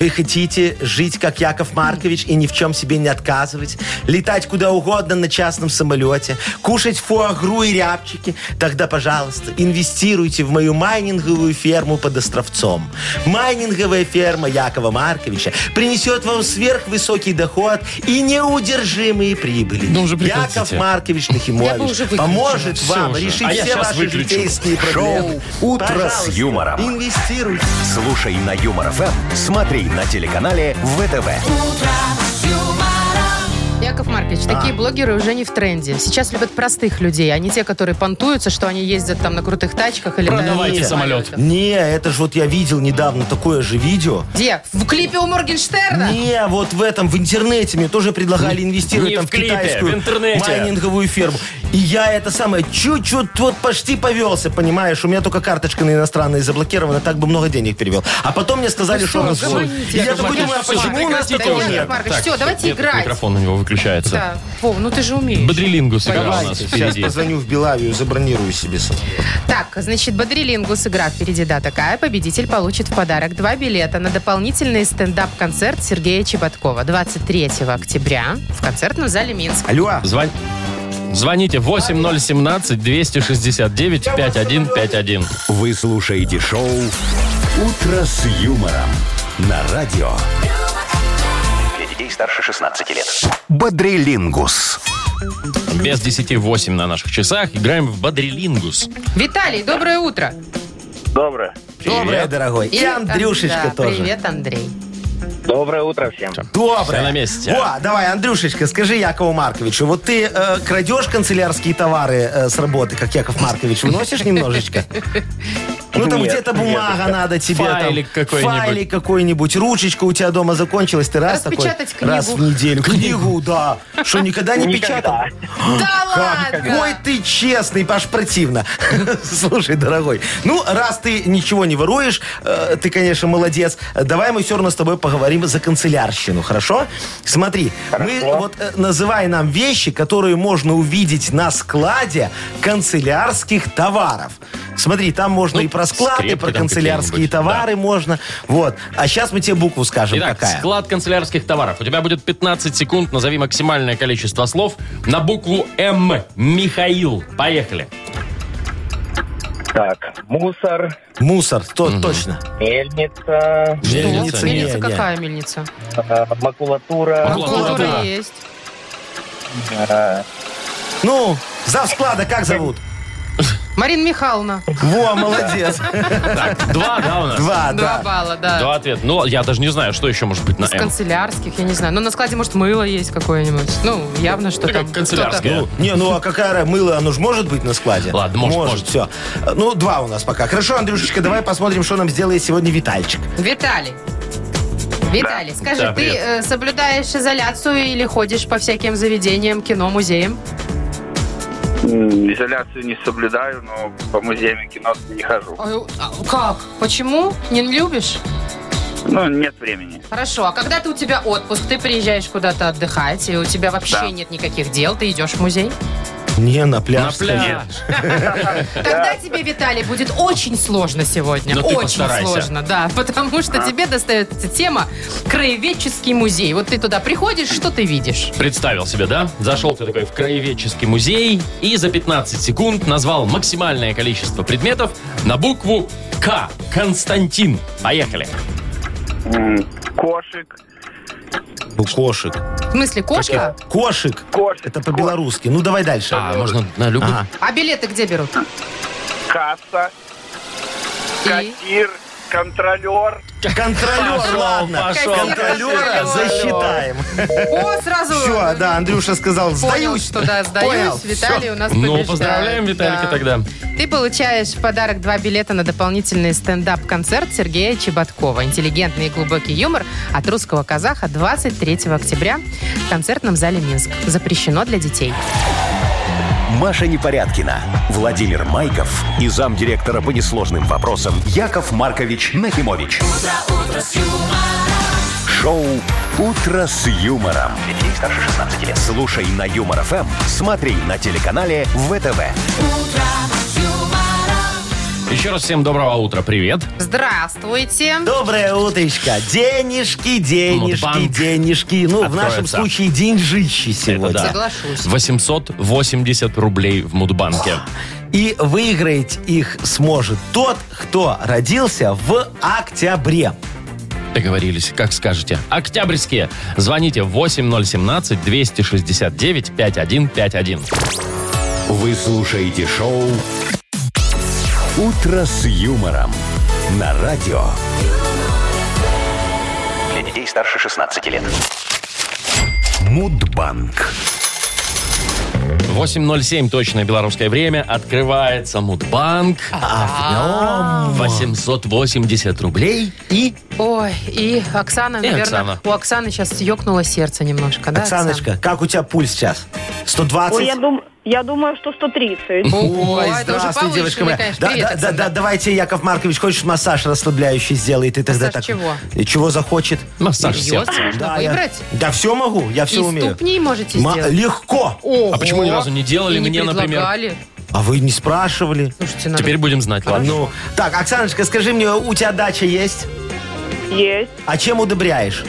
Speaker 3: Вы хотите жить, как Яков Маркович, и ни в чем себе не отказывать? Летать куда угодно на частном самолете? Кушать фуагру и рябчики? Тогда, пожалуйста, инвестируйте в мою майнинговую ферму под Островцом. Майнинговая ферма Якова Марковича принесет вам сверхвысокий доход и неудержимые прибыли.
Speaker 1: Ну уже прекратите.
Speaker 3: Яков Маркович
Speaker 2: Я бы
Speaker 3: Нахимович
Speaker 2: уже выключила.
Speaker 3: поможет
Speaker 1: Всё
Speaker 3: вам
Speaker 1: уже.
Speaker 3: решить
Speaker 1: А я
Speaker 3: все
Speaker 1: щас
Speaker 3: ваши
Speaker 1: выключу.
Speaker 3: житейские проблемы.
Speaker 4: Шоу «Утро с
Speaker 3: Пожалуйста,
Speaker 4: юмором».
Speaker 3: Инвестируйте.
Speaker 4: Слушай на Юмор ФМ, смотри на телеканале ВТВ.
Speaker 2: Яков Маркович,
Speaker 3: А.
Speaker 2: такие блогеры уже не в тренде. Сейчас любят простых людей, а не те, которые понтуются, что они ездят там на крутых тачках или... на
Speaker 1: Продавайте
Speaker 2: крутых
Speaker 1: самолет.
Speaker 2: самолетах.
Speaker 3: Не, это же вот я видел недавно такое же видео.
Speaker 2: Где? В клипе у Моргенштерна?
Speaker 3: Не, вот в этом, в интернете мне тоже предлагали инвестировать
Speaker 1: не
Speaker 3: там
Speaker 1: в клипе,
Speaker 3: китайскую
Speaker 1: в интернете.
Speaker 3: майнинговую ферму. И я это самое, чуть-чуть вот почти повелся, понимаешь? У меня только карточка на иностранные заблокирована, так бы много денег перевел. А потом мне сказали,
Speaker 2: Ну
Speaker 3: что...
Speaker 2: что,
Speaker 3: рассылка.
Speaker 2: говорите,
Speaker 3: И я
Speaker 2: Яков
Speaker 3: такой
Speaker 2: Маркович,
Speaker 3: думаю, а
Speaker 2: всё,
Speaker 3: почему у нас
Speaker 2: прекратите
Speaker 3: такого
Speaker 2: уже.
Speaker 3: нет?
Speaker 2: Маркович, всё, давайте
Speaker 1: нет,
Speaker 2: играть.
Speaker 1: Микрофон у него выключается.
Speaker 2: Да. Вов, ну ты же умеешь.
Speaker 1: Бодрилингу сыграл у нас
Speaker 3: Давайте, сейчас
Speaker 1: впереди.
Speaker 3: позвоню в Белавию, забронирую себе салон.
Speaker 2: Так, значит, Бодрилингус игра впереди, да, такая. Победитель получит в подарок два билета на дополнительный стендап-концерт Сергея Чеботкова 23 октября в концертном зале Минск.
Speaker 3: Алло.
Speaker 1: Звон- Звоните 8017-269-5151.
Speaker 4: Вы слушаете шоу «Утро с юмором» на радио
Speaker 5: Для детей старше 16 лет.
Speaker 4: «Бодрилингус».
Speaker 1: Без 10-8 на наших часах. Играем в Бодрилингус.
Speaker 2: Виталий, доброе утро.
Speaker 7: Доброе.
Speaker 3: Доброе, дорогой. И Андрюшечка
Speaker 2: да,
Speaker 3: тоже.
Speaker 2: Привет, Андрей.
Speaker 7: Доброе утро всем.
Speaker 3: Доброе.
Speaker 1: Все на месте.
Speaker 3: О, давай, Андрюшечка, скажи Якову Марковичу, вот ты э, крадешь канцелярские товары э, с работы, как Яков Маркович, выносишь немножечко? Ну там
Speaker 7: Нет,
Speaker 3: где-то бумага надо тебе. там,
Speaker 1: Файлик какой-нибудь.
Speaker 3: Файлик какой-нибудь. Ручечка у тебя дома закончилась. Ты раз такой,
Speaker 2: Распечатать книгу.
Speaker 3: раз в неделю. Книгу, да. Что, никогда не печатал?
Speaker 7: Никогда.
Speaker 2: Да
Speaker 3: Какой
Speaker 2: ладно!
Speaker 3: ты честный, аж противно. Слушай, дорогой, ну, раз ты ничего не воруешь, э, ты, конечно, молодец, Э, давай мы все равно с тобой поговорим за канцелярщину, хорошо? Смотри, мы вот э, называй нам вещи, которые можно увидеть на складе канцелярских товаров. Смотри, там можно
Speaker 1: Ну,
Speaker 3: и про склад, и
Speaker 1: скрепки
Speaker 3: про
Speaker 1: там
Speaker 3: канцелярские
Speaker 1: какие-нибудь, да.
Speaker 3: товары можно. Вот. А сейчас мы тебе букву скажем,
Speaker 1: Итак,
Speaker 3: Ну, какая.
Speaker 1: склад канцелярских товаров. У тебя будет 15 секунд. Назови максимальное количество слов на букву М. Михаил. Поехали.
Speaker 7: Так, мусор,
Speaker 3: Мусор, то, точно.
Speaker 7: мельница,
Speaker 1: Мельница,
Speaker 3: не,
Speaker 2: Мельница,
Speaker 3: не.
Speaker 2: какая мельница?
Speaker 7: э, макулатура,
Speaker 1: Макулатура.
Speaker 2: Макулатура есть.
Speaker 7: э,
Speaker 3: Ну, зав склада как зовут?
Speaker 2: Марина Михайловна.
Speaker 3: Во, молодец.
Speaker 1: Два, А, да, у нас?
Speaker 2: Два
Speaker 3: Два, да.
Speaker 2: балла, да.
Speaker 1: Два ответа. Ну, я даже не знаю, что еще может быть на
Speaker 2: Из
Speaker 1: М.
Speaker 2: канцелярских, я не знаю. Ну, на складе, может, мыло есть какое-нибудь. Ну, явно, что
Speaker 1: Ну, как
Speaker 2: там
Speaker 1: канцелярское.
Speaker 2: кто-то-
Speaker 3: Ну, не, ну а какая ра- мыло, оно же может быть на складе?
Speaker 1: Ладно, может, может.
Speaker 3: Все. Ну, два у нас пока. Хорошо, Андрюшечка, давай посмотрим, что нам сделает сегодня Витальчик.
Speaker 2: Виталий. Виталий, скажи,
Speaker 1: Ну. Да,
Speaker 2: ты
Speaker 1: привет.
Speaker 2: э, соблюдаешь изоляцию или ходишь по всяким заведениям, кино, музеям?
Speaker 6: М, Изоляцию не соблюдаю, но по музеям и кино не хожу.
Speaker 2: а, как? Почему? Не любишь?
Speaker 6: Ну, нет времени.
Speaker 2: Хорошо, а когда ты у тебя отпуск, ты приезжаешь куда-то отдыхать, и у тебя вообще
Speaker 6: Да.
Speaker 2: нет никаких дел, ты идешь в музей?
Speaker 3: Не, на
Speaker 1: На
Speaker 3: пляж.
Speaker 1: пляж.
Speaker 2: Тогда тебе, Виталий, будет очень сложно сегодня.
Speaker 1: Но Ну, ты
Speaker 2: очень
Speaker 1: постарайся.
Speaker 2: сложно, да. Потому что
Speaker 3: А.
Speaker 2: тебе достается тема краеведческий музей. Вот ты туда приходишь, что ты видишь?
Speaker 1: Представил себе, да? Зашел ты такой в краеведческий музей и за 15 секунд назвал максимальное количество предметов на букву К. Константин. Поехали.
Speaker 6: М, Кошек.
Speaker 3: Ну, кошек.
Speaker 2: В смысле, кошка?
Speaker 3: Кошек.
Speaker 6: Кошек.
Speaker 3: Это по-белорусски. Ну, давай дальше.
Speaker 1: А, можно на любую?
Speaker 3: Ага.
Speaker 2: А билеты где берут?
Speaker 6: Касса.
Speaker 3: А,
Speaker 2: И?
Speaker 6: Кассир. Контролер.
Speaker 3: Контролер,
Speaker 1: Пошел,
Speaker 3: ладно.
Speaker 1: пошел.
Speaker 3: Контролера
Speaker 2: Контролер.
Speaker 3: засчитаем.
Speaker 2: О, сразу...
Speaker 3: Все, да, Андрюша сказал,
Speaker 2: Понял,
Speaker 3: сдаюсь.
Speaker 2: что да, сдаюсь.
Speaker 3: Понял,
Speaker 2: Виталий
Speaker 3: всё.
Speaker 2: у нас
Speaker 1: Ну,
Speaker 2: побеждает.
Speaker 1: поздравляем Виталика
Speaker 2: Да.
Speaker 1: тогда.
Speaker 2: Ты получаешь в подарок два билета на дополнительный стендап-концерт Сергея Чеботкова. Интеллигентный и глубокий юмор от русского казаха 23 октября в концертном зале Минск. Запрещено для детей.
Speaker 4: Маша Непорядкина, Владимир Майков и замдиректора по несложным вопросам Яков Маркович Нахимович. Шоу «Утро с юмором».
Speaker 5: Для детей старше 16 лет.
Speaker 4: Слушай на Юмор ФМ, смотри на телеканале ВТВ.
Speaker 1: Еще раз всем доброго утра. Привет.
Speaker 2: Здравствуйте.
Speaker 3: Доброе утречко. Денежки, денежки,
Speaker 1: банк
Speaker 3: денежки. Ну, в нашем
Speaker 1: откроется.
Speaker 3: случае деньжищи сегодня.
Speaker 1: да.
Speaker 2: Соглашусь.
Speaker 1: 880 рублей в Мудбанке.
Speaker 3: И выиграть их сможет тот, кто родился в октябре.
Speaker 1: Договорились, как скажете. Октябрьские. Звоните 8017-269-5151.
Speaker 4: Вы слушаете шоу «Утро с юмором» на радио.
Speaker 5: Для детей старше 16 лет.
Speaker 4: Мудбанк.
Speaker 1: 8.07 точное белорусское время.
Speaker 3: А,
Speaker 1: Открывается Мудбанк. 880 рублей и
Speaker 2: Ой, и Оксана, наверное,
Speaker 1: Оксана.
Speaker 2: у Оксаны сейчас ёкнуло сердце немножко, да, Оксана?
Speaker 3: Оксаночка, как у тебя пульс сейчас? 120?
Speaker 8: Ой, я, дум- я думаю, что 130.
Speaker 2: Ого, это уже повышенный,
Speaker 3: моя.
Speaker 2: конечно,
Speaker 3: Да,
Speaker 2: привет,
Speaker 3: да, да,
Speaker 2: Оксана.
Speaker 3: да, давайте, Яков Маркович, хочешь массаж расслабляющий сделает и тогда
Speaker 2: Массаж
Speaker 3: так.
Speaker 2: чего?
Speaker 3: И Чего захочет?
Speaker 1: Массаж
Speaker 2: Серьезно?
Speaker 1: сердца.
Speaker 2: Можно
Speaker 3: я-
Speaker 2: выбрать?
Speaker 3: да, все могу, я все
Speaker 2: и
Speaker 3: умею.
Speaker 2: ступни можете
Speaker 3: Ма-
Speaker 2: сделать.
Speaker 3: легко.
Speaker 2: Ого.
Speaker 1: А почему ни разу не делали
Speaker 2: И не
Speaker 1: мне, например?
Speaker 2: предлагали.
Speaker 3: А вы не спрашивали?
Speaker 2: Слушайте, надо...
Speaker 1: Теперь будем знать, ладно?
Speaker 3: Ну, так, Оксаночка, скажи мне, у тебя дача есть?
Speaker 8: Есть.
Speaker 3: А чем удобряешь?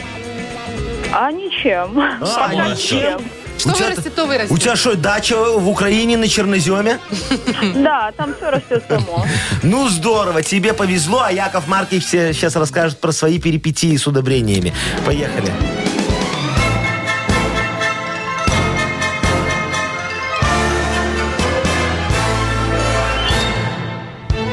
Speaker 8: А ничем. А Пока
Speaker 1: ну,
Speaker 8: ничем.
Speaker 2: Что
Speaker 3: у тебя-
Speaker 2: вырастет, то вырастет.
Speaker 3: У тебя что, дача в Украине на Черноземе?
Speaker 8: Да, там все растет само.
Speaker 3: Ну, здорово, тебе повезло, а Яков Маркович сейчас расскажет про свои перипетии с удобрениями. Поехали.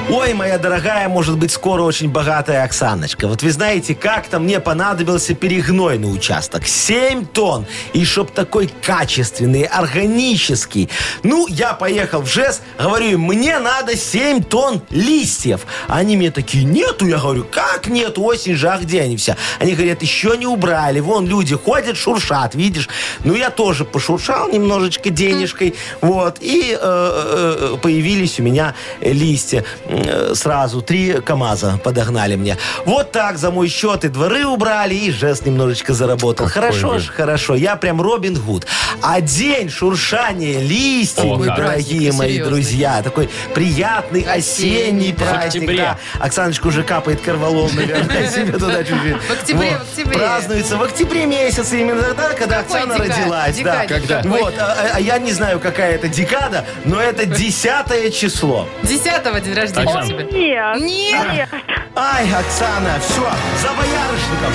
Speaker 3: Ой, моя дорогая, может быть, скоро очень богатая Оксаночка. Вот вы знаете, как-то мне понадобился перегнойный участок. 7 тонн. И чтоб такой качественный, органический. Ну, я поехал в ЖЭС, говорю, им, мне надо 7 тонн листьев. Они мне такие, нету. Я говорю, как нет? Осень же, а где они все? Они говорят, еще не убрали. Вон люди ходят, шуршат, видишь? Ну, я тоже пошуршал немножечко денежкой. Вот. И э, э, появились у меня листья. Э, Сразу три КАМАЗа подогнали мне. Вот так за мой счет и дворы убрали, и жест немножечко заработал. хорошо
Speaker 1: вы.
Speaker 3: ж, хорошо. Я прям Робин Гуд. А день шуршания листьев,
Speaker 1: О,
Speaker 3: мои
Speaker 1: как.
Speaker 3: дорогие
Speaker 2: Праздник
Speaker 3: мои
Speaker 2: серьезный.
Speaker 3: друзья, такой приятный
Speaker 2: Осенний,
Speaker 3: осенний
Speaker 2: да.
Speaker 3: праздник.
Speaker 1: октябре.
Speaker 3: да. Оксаночка уже капает корвалол, наверное, себе туда чуть-чуть.
Speaker 2: В октябре,
Speaker 3: Вот.
Speaker 2: в октябре.
Speaker 3: Празднуется в октябре месяце именно тогда, когда
Speaker 2: Какой
Speaker 3: Оксана
Speaker 2: декад?
Speaker 3: родилась. да.
Speaker 2: Декадик
Speaker 1: Когда?
Speaker 2: какой?
Speaker 3: Вот, а, а я не знаю, какая это декада, но это десятое число.
Speaker 2: Десятого день рождения
Speaker 1: Оксана.
Speaker 2: у тебя.
Speaker 8: Нет.
Speaker 2: Нет,
Speaker 3: Ай, Оксана, все, за боярышником.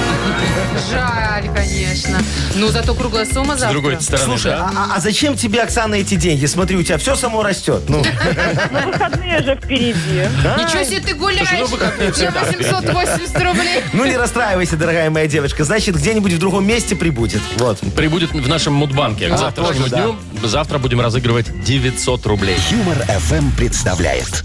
Speaker 2: жаль, конечно. Ну, зато круглая сумма
Speaker 1: С
Speaker 2: завтра.
Speaker 1: другой стороны,
Speaker 3: Слушай,
Speaker 1: да?
Speaker 3: а, а- а зачем тебе, Оксана, эти деньги? Смотри, у тебя все само растет. Ну,
Speaker 8: Но выходные же впереди.
Speaker 2: Ничего себе ты гуляешь!
Speaker 1: Слушай, ну, выходные
Speaker 2: Мне 880 рублей.
Speaker 3: ну не расстраивайся, дорогая моя девочка. Значит, где-нибудь в другом месте прибудет. Вот.
Speaker 1: Прибудет в нашем мудбанке. К завтрашнему
Speaker 3: а- тоже, да.
Speaker 1: дню завтра будем разыгрывать 900 рублей.
Speaker 4: Юмор FM представляет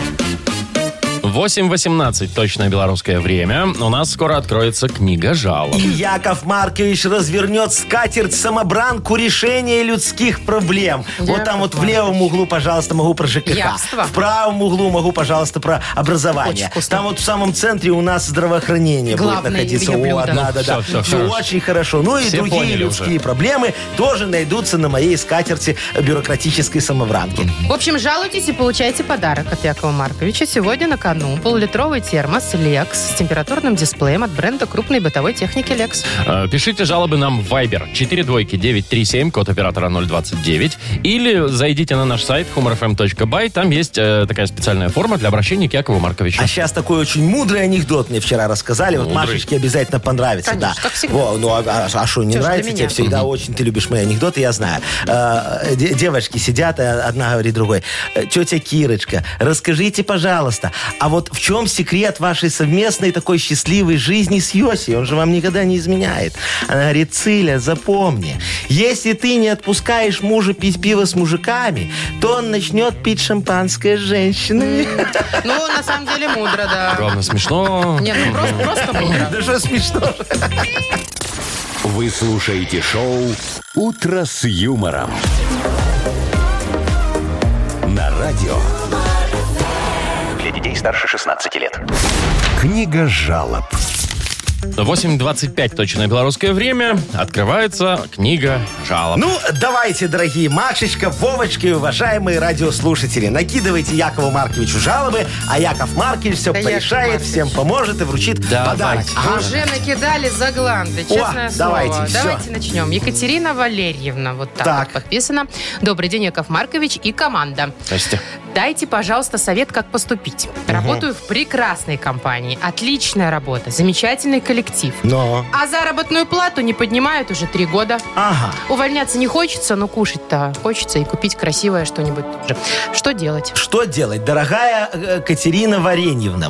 Speaker 1: 8.18 точное белорусское время. У нас скоро откроется книга жалоб.
Speaker 3: И Яков Маркович развернет скатерть самобранку решения людских проблем. вот там вот в левом углу, пожалуйста, могу про ЖКХ.
Speaker 2: Явство.
Speaker 3: В правом углу могу, пожалуйста, про
Speaker 2: Очень
Speaker 3: образование.
Speaker 2: вкусно.
Speaker 3: Там вот в самом центре у нас здравоохранение
Speaker 2: Главное
Speaker 3: будет находиться.
Speaker 2: ее блюдо.
Speaker 3: О, да, да,
Speaker 1: Всё,
Speaker 3: да.
Speaker 1: всё,
Speaker 3: Всё
Speaker 1: хорошо.
Speaker 3: очень хорошо. Ну и
Speaker 1: Все
Speaker 3: другие
Speaker 1: поняли
Speaker 3: людские
Speaker 1: уже.
Speaker 3: проблемы тоже найдутся на моей скатерти бюрократической самобранки.
Speaker 2: В общем, жалуйтесь и получайте подарок от Якова Марковича. Сегодня на кону полулитровый термос Lex с температурным дисплеем от бренда крупной бытовой техники Lex.
Speaker 1: Э, Пишите жалобы нам в Viber 42937, код оператора 029. Или зайдите на наш сайт humorfm.by. Там есть э, такая специальная форма для обращения к Якову Марковичу.
Speaker 3: А сейчас такой очень мудрый анекдот мне вчера рассказали. Вот
Speaker 1: Мудрый.
Speaker 3: Машечке обязательно понравится.
Speaker 2: Конечно,
Speaker 3: да.
Speaker 2: как всегда.
Speaker 3: Во, ну, а что, не
Speaker 2: Всё ж для
Speaker 3: нравится?
Speaker 2: меня.
Speaker 3: Тебе всегда очень ты любишь мои анекдоты, я знаю. Э, де- Девочки сидят, э, одна говорит другой. «Э, Тетя Кирочка, расскажите, пожалуйста, а вот в чем секрет вашей совместной такой счастливой жизни с Йоси? Он же вам никогда не изменяет. Она говорит, Циля, запомни, если ты не отпускаешь мужа пить пиво с мужиками, то он начнет пить шампанское с женщинами.
Speaker 2: Ну, на самом деле, мудро,
Speaker 3: А
Speaker 2: да.
Speaker 1: Главное, смешно.
Speaker 2: Нет, ну просто, просто мудро.
Speaker 3: Да что смешно?
Speaker 4: Вы слушаете шоу Утро с юмором. На радио.
Speaker 5: Для детей старше 16 лет.
Speaker 4: Книга жалоб.
Speaker 1: 8.25 точное белорусское время. Открывается книга жалоб.
Speaker 3: Ну, давайте, дорогие Машечка, Вовочки, уважаемые радиослушатели, накидывайте Якову Марковичу жалобы, а Яков Маркович все
Speaker 2: Да Яков
Speaker 3: порешает,
Speaker 2: Маркович.
Speaker 3: всем поможет и вручит
Speaker 1: Давайте.
Speaker 3: подарок. Ага.
Speaker 2: Уже накидали за гланды, честное
Speaker 3: О,
Speaker 2: слово.
Speaker 3: давайте, всё.
Speaker 2: Давайте начнем. Екатерина Валерьевна, вот так,
Speaker 3: Так.
Speaker 2: вот подписано. Добрый день, Яков Маркович и команда.
Speaker 1: Здрасте.
Speaker 2: Дайте, пожалуйста, совет, как поступить. Работаю в прекрасной компании. Отличная работа, замечательный коллектив.
Speaker 3: Но.
Speaker 2: А заработную плату не поднимают уже три года.
Speaker 3: Ага.
Speaker 2: Увольняться не хочется, но кушать-то хочется и купить красивое что-нибудь тоже. Что делать?
Speaker 3: Что делать, дорогая э, Катерина Вареньевна?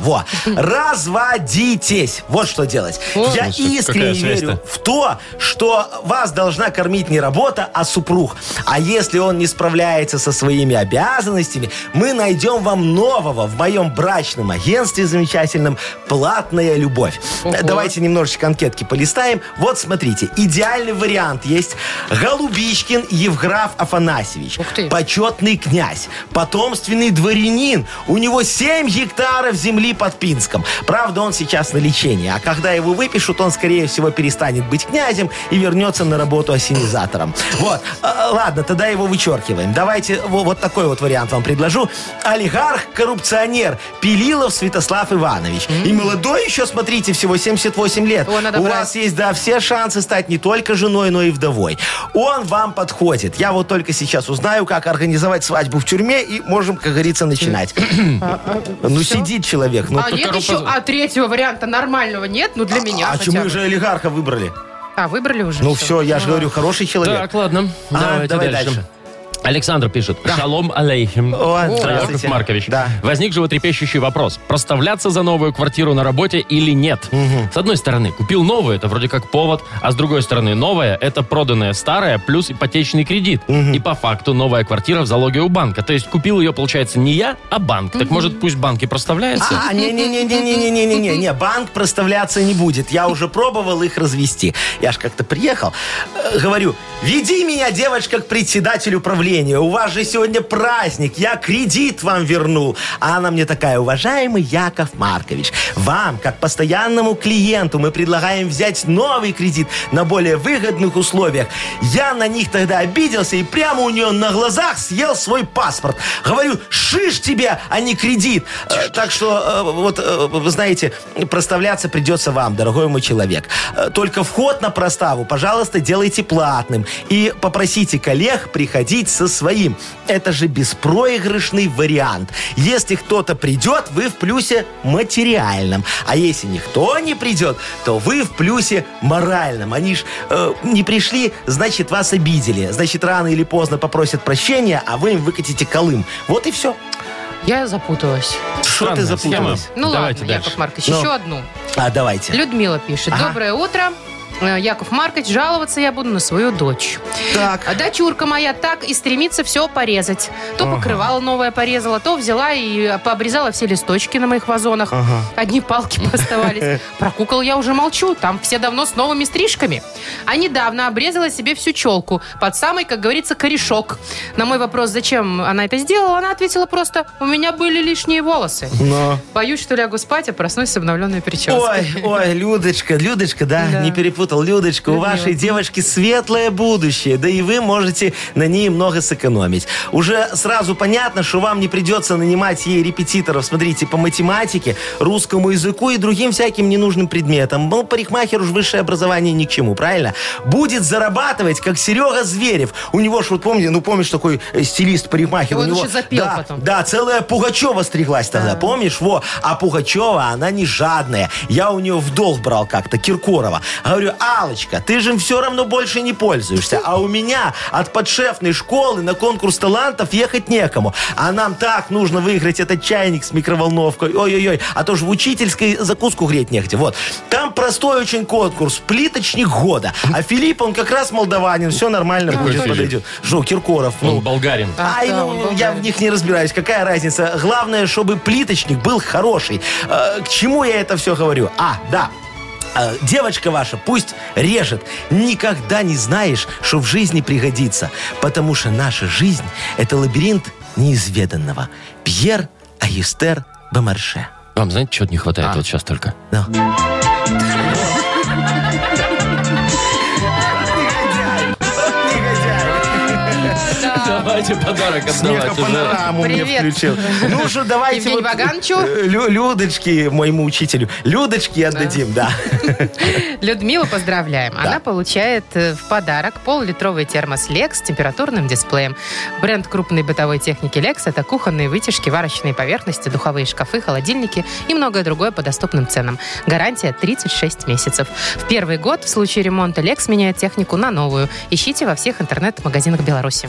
Speaker 3: Во, разводитесь. Вот что делать.
Speaker 2: О.
Speaker 3: Я
Speaker 1: Слушай,
Speaker 3: искренне
Speaker 1: какая связь-то?
Speaker 3: верю в то, что вас должна кормить не работа, а супруг. А если он не справляется со своими обязанностями, мы найдем вам нового в моем брачном агентстве замечательном «Платная любовь».
Speaker 2: Ого.
Speaker 3: Давайте немножечко анкетки полистаем. Вот, смотрите, идеальный вариант есть. Голубичкин Евграф Афанасьевич.
Speaker 2: Ух ты.
Speaker 3: Почетный князь, потомственный дворянин. У него 7 гектаров земли под Пинском. Правда, он сейчас на лечении. А когда его выпишут, он, скорее всего, перестанет быть князем и вернется на работу осенизатором. Вот. А, а, Ладно, тогда его вычеркиваем. Давайте во- вот такой вот вариант вам предложу. Олигарх-коррупционер Пилилов Святослав Иванович. И молодой еще, смотрите, всего 78 лет.
Speaker 2: Его надо
Speaker 3: У
Speaker 2: брать.
Speaker 3: вас вас есть, да, все шансы стать не только женой, но и вдовой. Он вам подходит. Я вот только сейчас узнаю, как организовать свадьбу в тюрьме, и можем, как говорится, начинать. Ну,
Speaker 2: А, всё?
Speaker 3: сидит человек. Ну,
Speaker 2: а
Speaker 1: только
Speaker 2: нет еще,
Speaker 1: рукоз-
Speaker 2: а третьего варианта нормального нет, ну для меня
Speaker 3: а
Speaker 2: хотя
Speaker 3: чё мы
Speaker 2: бы.
Speaker 3: же олигарха выбрали?
Speaker 2: А, выбрали уже?
Speaker 3: Ну, все, я же говорю, хороший человек.
Speaker 1: Так, ладно.
Speaker 3: А,
Speaker 1: давайте
Speaker 3: давай
Speaker 1: дальше.
Speaker 3: дальше.
Speaker 1: Александр пишет. Шалом алейхим.
Speaker 3: О,
Speaker 1: Яков
Speaker 3: здравствуйте.
Speaker 1: Маркович,
Speaker 3: Да.
Speaker 1: возник животрепещущий вопрос. Проставляться за новую квартиру на работе или нет? С одной стороны, купил новую, это вроде как повод, а с другой стороны, новая, это проданная старая плюс ипотечный кредит. И по факту новая квартира в залоге у банка. То есть купил ее, получается, не я, а банк. Так может, пусть банки проставляются?
Speaker 3: А, не-не-не-не-не-не-не-не, не, банк проставляться не будет. Я уже пробовал их развести. Я ж как-то приехал, э, говорю, веди меня, девочка, к председателю правления. У вас же сегодня праздник, я кредит вам вернул. А она мне такая, уважаемый Яков Маркович, вам, как постоянному клиенту, мы предлагаем взять новый кредит на более выгодных условиях. Я на них тогда обиделся и прямо у нее на глазах съел свой паспорт. Говорю, шиш тебе, а не кредит. Э, Так что, э, вот, э, вы знаете, проставляться придется вам, дорогой мой человек. Э, Только вход на проставу, пожалуйста, делайте платным. И попросите коллег приходить со своим. Это же беспроигрышный вариант. Если кто-то придет, вы в плюсе материальном. А если никто не придет, то вы в плюсе моральном. Они ж э, не пришли, значит, вас обидели. Значит, рано или поздно попросят прощения, а вы им выкатите колым. Вот и все.
Speaker 2: Я запуталась.
Speaker 3: Что ты
Speaker 1: Странная схема.
Speaker 3: запуталась?
Speaker 2: Ну
Speaker 1: Давайте
Speaker 2: ладно,
Speaker 1: дальше.
Speaker 2: Яков Маркович,
Speaker 3: Ну.
Speaker 2: еще одну.
Speaker 3: А, давайте.
Speaker 2: Людмила пишет.
Speaker 3: Ага.
Speaker 2: Доброе утро. Э, Яков Маркович, жаловаться я буду на свою дочь.
Speaker 3: Так.
Speaker 2: А дочурка моя так и стремится все порезать. То покрывало новое порезала, то взяла и пообрезала все листочки на моих вазонах. Одни палки оставались. Про кукол я уже молчу, там все давно с новыми стрижками. А недавно обрезала себе всю челку под самый, как говорится, корешок. На мой вопрос, зачем она это сделала, она ответила просто, у меня были лишние волосы. Боюсь, что лягу спать, а проснусь с обновленной прической.
Speaker 3: Ой, ой, Людочка, Людочка, да,
Speaker 2: Да.
Speaker 3: не перепутал. Людочка, у
Speaker 2: Людмила.
Speaker 3: вашей девочки светлое будущее, да и вы можете на ней много сэкономить. Уже сразу понятно, что вам не придется нанимать ей репетиторов, смотрите, по математике, русскому языку и другим всяким ненужным предметам. Ну, парикмахер уж высшее образование ни к чему, правильно? Будет зарабатывать, как Серега Зверев. У него ж, вот помните, ну помнишь, такой э,
Speaker 2: Ой,
Speaker 3: стилист-парикмахер. у
Speaker 2: он
Speaker 3: него,
Speaker 2: еще запел
Speaker 3: да,
Speaker 2: потом.
Speaker 3: да, целая Пугачева стриглась тогда, помнишь? Во. А Пугачева, она не жадная. Я у нее в долг брал как-то, Киркорова. Говорю, Алочка, ты же им все равно больше не пользуешься. А у меня от подшефной школы на конкурс талантов ехать некому. А нам так нужно выиграть этот чайник с микроволновкой. Ой-ой-ой, а то же в учительской закуску греть негде. Вот. Там простой очень конкурс, плиточник года. А Филипп, он как раз молдаванин, все нормально
Speaker 1: Какой
Speaker 3: будет,
Speaker 1: Филипп?
Speaker 3: подойдет. Жо, Киркоров.
Speaker 1: Он
Speaker 3: ну.
Speaker 1: болгарин.
Speaker 2: А,
Speaker 3: Ай,
Speaker 2: да, он
Speaker 3: ну,
Speaker 2: был
Speaker 3: я
Speaker 2: да.
Speaker 3: в них не разбираюсь. Какая разница? Главное, чтобы плиточник был хороший. Э, К чему я это все говорю? А, да. э, Девочка ваша пусть режет. Никогда не знаешь, что в жизни пригодится. Потому что наша жизнь – это лабиринт неизведанного. Пьер Аюстер Бомарше.
Speaker 1: Вам, знаете, чего не хватает вот сейчас только?
Speaker 3: Ну.
Speaker 2: Да.
Speaker 1: Давайте подарок отдавать уже.
Speaker 3: Смехопанораму мне
Speaker 2: Привет.
Speaker 3: включил. Ну что, давайте
Speaker 2: Евгению
Speaker 3: вот,
Speaker 2: Вагановичу.
Speaker 3: э, Лю- Людочке, моему учителю. Людочке отдадим, да.
Speaker 2: Людмилу поздравляем. Она получает э, в подарок пол-литровый термос Lex с температурным дисплеем. Бренд крупной бытовой техники Lex – это кухонные вытяжки, варочные поверхности, духовые шкафы, холодильники и многое другое по доступным ценам. Гарантия 36 месяцев. В первый год в случае ремонта Lex меняет технику на новую. Ищите во всех интернет-магазинах Беларуси.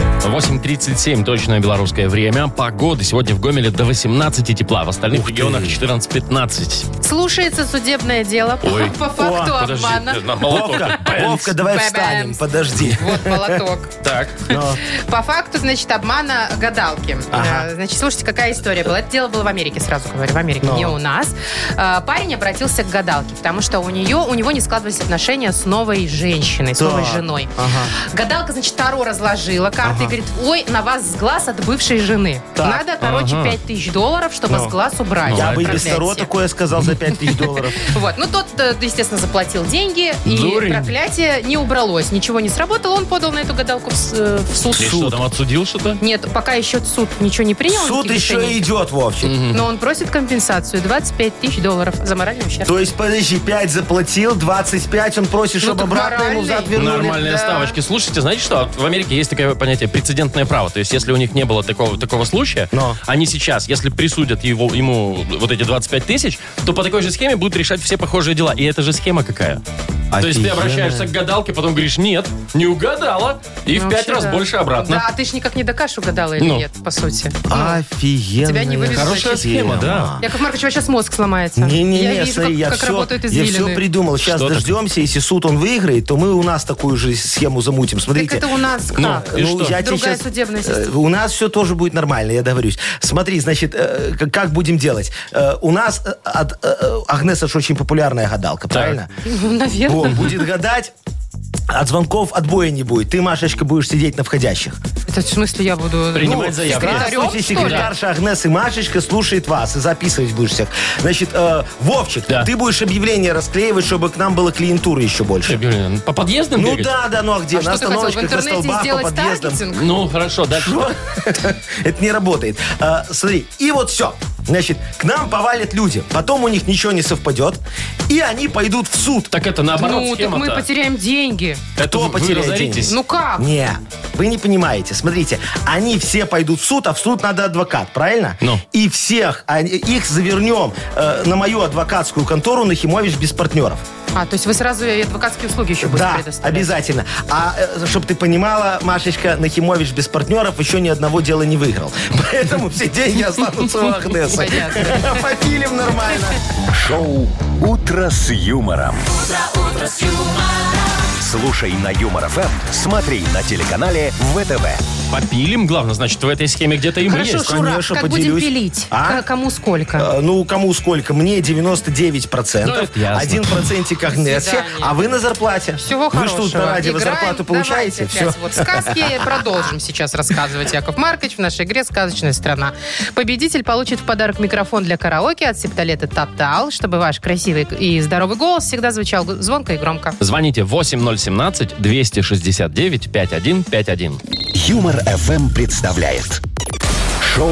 Speaker 1: 8.37 точное белорусское время. Погода сегодня в Гомеле до 18 тепла. В остальных регионах 14-15.
Speaker 2: Слушается судебное дело по-
Speaker 1: Ой.
Speaker 2: по факту
Speaker 1: Подожди, э,
Speaker 2: обмана.
Speaker 1: на молоток.
Speaker 3: Вовка, Вовка, давай
Speaker 2: Бэнс.
Speaker 3: встанем, подожди.
Speaker 2: Вот молоток.
Speaker 1: Так.
Speaker 3: Но.
Speaker 2: По факту, значит, обмана гадалки.
Speaker 3: Ага.
Speaker 2: Э, Значит, слушайте, какая история была. Это дело было в Америке, сразу говорю, в Америке,
Speaker 3: Ну.
Speaker 2: не у нас. Э, Парень обратился к гадалке, потому что у нее, у него не складывались отношения с новой женщиной, с новой
Speaker 3: Так.
Speaker 2: женой.
Speaker 3: Ага.
Speaker 2: Гадалка, значит, Таро разложила карты и говорит, ой, на вас сглаз от бывшей жены.
Speaker 3: Так.
Speaker 2: Надо, короче,
Speaker 1: Ага.
Speaker 2: 5 тысяч долларов, чтобы
Speaker 3: Ну.
Speaker 2: сглаз убрать.
Speaker 3: Я бы и без
Speaker 2: Отправляйте.
Speaker 3: Таро такое сказал за 5000 долларов.
Speaker 2: Вот. Ну, тот, э, естественно, заплатил деньги, и
Speaker 1: Дурень.
Speaker 2: проклятие не убралось. Ничего не сработало, он подал на эту гадалку в, с- э, в суд.
Speaker 1: И что, там отсудил что-то?
Speaker 2: Нет, пока еще суд ничего не принял.
Speaker 3: Суд
Speaker 2: никаких
Speaker 3: еще
Speaker 2: решений.
Speaker 3: идет, Вовчик.
Speaker 2: Но он просит компенсацию 25 тысяч долларов за моральный ущерб.
Speaker 3: То есть, подожди, 5 заплатил, 25 он просит,
Speaker 2: Ну,
Speaker 3: чтобы
Speaker 2: так
Speaker 3: обратно ему
Speaker 2: моральный.
Speaker 3: взад вернули.
Speaker 1: Нормальные
Speaker 2: да.
Speaker 1: ставочки. Слушайте, знаете что? В Америке есть такое понятие прецедентное право. То есть, если у них не было такого, такого случая,
Speaker 3: Но.
Speaker 1: они сейчас, если присудят его, ему вот эти 25 тысяч, то по такой же схеме будут решать все похожие дела. И это же схема какая? То есть ты
Speaker 3: Офигенно.
Speaker 1: обращаешься к гадалке, потом говоришь, нет, не угадала, и в
Speaker 2: Ну,
Speaker 1: пять
Speaker 2: вообще,
Speaker 1: раз
Speaker 2: да.
Speaker 1: больше обратно.
Speaker 2: Да, ты ж никак не докажешь, угадала или
Speaker 1: Ну.
Speaker 2: нет, по сути. Ну,
Speaker 3: Офигенно.
Speaker 2: Тебя не вывезут.
Speaker 1: Хорошая схема, да.
Speaker 2: Яков Маркович, у вас сейчас мозг сломается.
Speaker 3: Не-не-не,
Speaker 2: я вижу,
Speaker 3: смотри,
Speaker 2: как,
Speaker 3: я,
Speaker 2: как
Speaker 3: все,
Speaker 2: работают
Speaker 3: я
Speaker 2: извилины.
Speaker 3: все придумал. Сейчас
Speaker 1: Что такое?
Speaker 3: дождемся, если суд он выиграет, то мы у нас такую же схему замутим.
Speaker 2: Так
Speaker 3: Смотрите.
Speaker 2: это у нас как?
Speaker 1: Ну, И что?
Speaker 3: тебе
Speaker 2: Другая
Speaker 3: щас-
Speaker 2: судебная система.
Speaker 3: э, У нас все тоже будет нормально, я договорюсь. Смотри, значит, э, к- как будем делать? Э, У нас э, от, э, Агнеса ж очень популярная гадалка, правильно?
Speaker 2: Ну, Наверное.
Speaker 3: Он будет гадать, от звонков отбоя не будет. Ты, Машечка, будешь сидеть на входящих.
Speaker 2: Это в смысле я буду...
Speaker 1: Принимать
Speaker 2: Ну,
Speaker 1: заявки.
Speaker 2: секретарем,
Speaker 3: Здравствуйте,
Speaker 2: что ли?
Speaker 3: секретарша Агнес и Машечка слушает вас и записывать будешь всех. Значит, э, Вовчик,
Speaker 1: Да.
Speaker 3: ты будешь объявление расклеивать, чтобы к нам было клиентуры еще больше.
Speaker 1: Что, Юлия, По подъездам
Speaker 3: Ну
Speaker 1: бегать?
Speaker 3: да, да, ну а где?
Speaker 2: А
Speaker 3: на
Speaker 2: что ты хотел, в
Speaker 3: остановочках, на
Speaker 2: интернете
Speaker 3: столбах, по
Speaker 2: сделать
Speaker 3: подъездам.
Speaker 2: таргетинг?
Speaker 1: Ну, хорошо, дальше.
Speaker 3: Это не работает. А, смотри, и вот все. Значит, к нам повалят люди. Потом у них ничего не совпадет. И они пойдут в суд.
Speaker 1: Так это наоборот
Speaker 2: Ну, так
Speaker 1: схема-то.
Speaker 2: мы потеряем деньги.
Speaker 1: Это
Speaker 3: Кто
Speaker 1: вы- вы
Speaker 3: потеряет
Speaker 1: разоритесь.
Speaker 3: деньги?
Speaker 2: Ну как?
Speaker 3: Не, вы не понимаете. Смотрите, они все пойдут в суд, а в суд надо адвокат, правильно?
Speaker 1: Ну.
Speaker 3: И всех, они- их завернем э, на мою адвокатскую контору Нахимович без партнеров.
Speaker 2: А, то есть вы сразу и адвокатские услуги еще будете
Speaker 3: да,
Speaker 2: предоставлять?
Speaker 3: обязательно. А чтобы ты понимала, Машечка, Нахимович без партнеров еще ни одного дела не выиграл. Поэтому все деньги останутся у Агнесы.
Speaker 2: Понятно.
Speaker 3: Попилим нормально.
Speaker 4: Шоу «Утро с юмором». Слушай на Юмор ФМ, смотри на телеканале ВТВ.
Speaker 1: Попилим, главное, значит, в этой схеме где-то и мы
Speaker 2: Хорошо,
Speaker 1: есть.
Speaker 2: Шура,
Speaker 3: конечно,
Speaker 2: как будем
Speaker 3: поделюсь.
Speaker 2: пилить?
Speaker 3: А?
Speaker 2: К- Кому сколько?
Speaker 3: Э, Ну, кому сколько? Мне 99%,
Speaker 1: Ну, это ясно.
Speaker 3: 1% Агнессе,
Speaker 2: свидания.
Speaker 3: а вы на зарплате.
Speaker 2: Всего
Speaker 3: вы
Speaker 2: хорошего.
Speaker 3: что тут на радио вы
Speaker 2: Играем.
Speaker 3: зарплату получаете?
Speaker 2: Давайте опять
Speaker 3: Все.
Speaker 2: Вот сказки продолжим сейчас рассказывать. Яков Маркович в нашей игре «Сказочная страна». Победитель получит в подарок микрофон для караоке от септолета «Тотал», чтобы ваш красивый и здоровый голос всегда звучал г- звонко и громко.
Speaker 1: Звоните 8017-269-5151.
Speaker 4: Юмор ФМ представляет. Шоу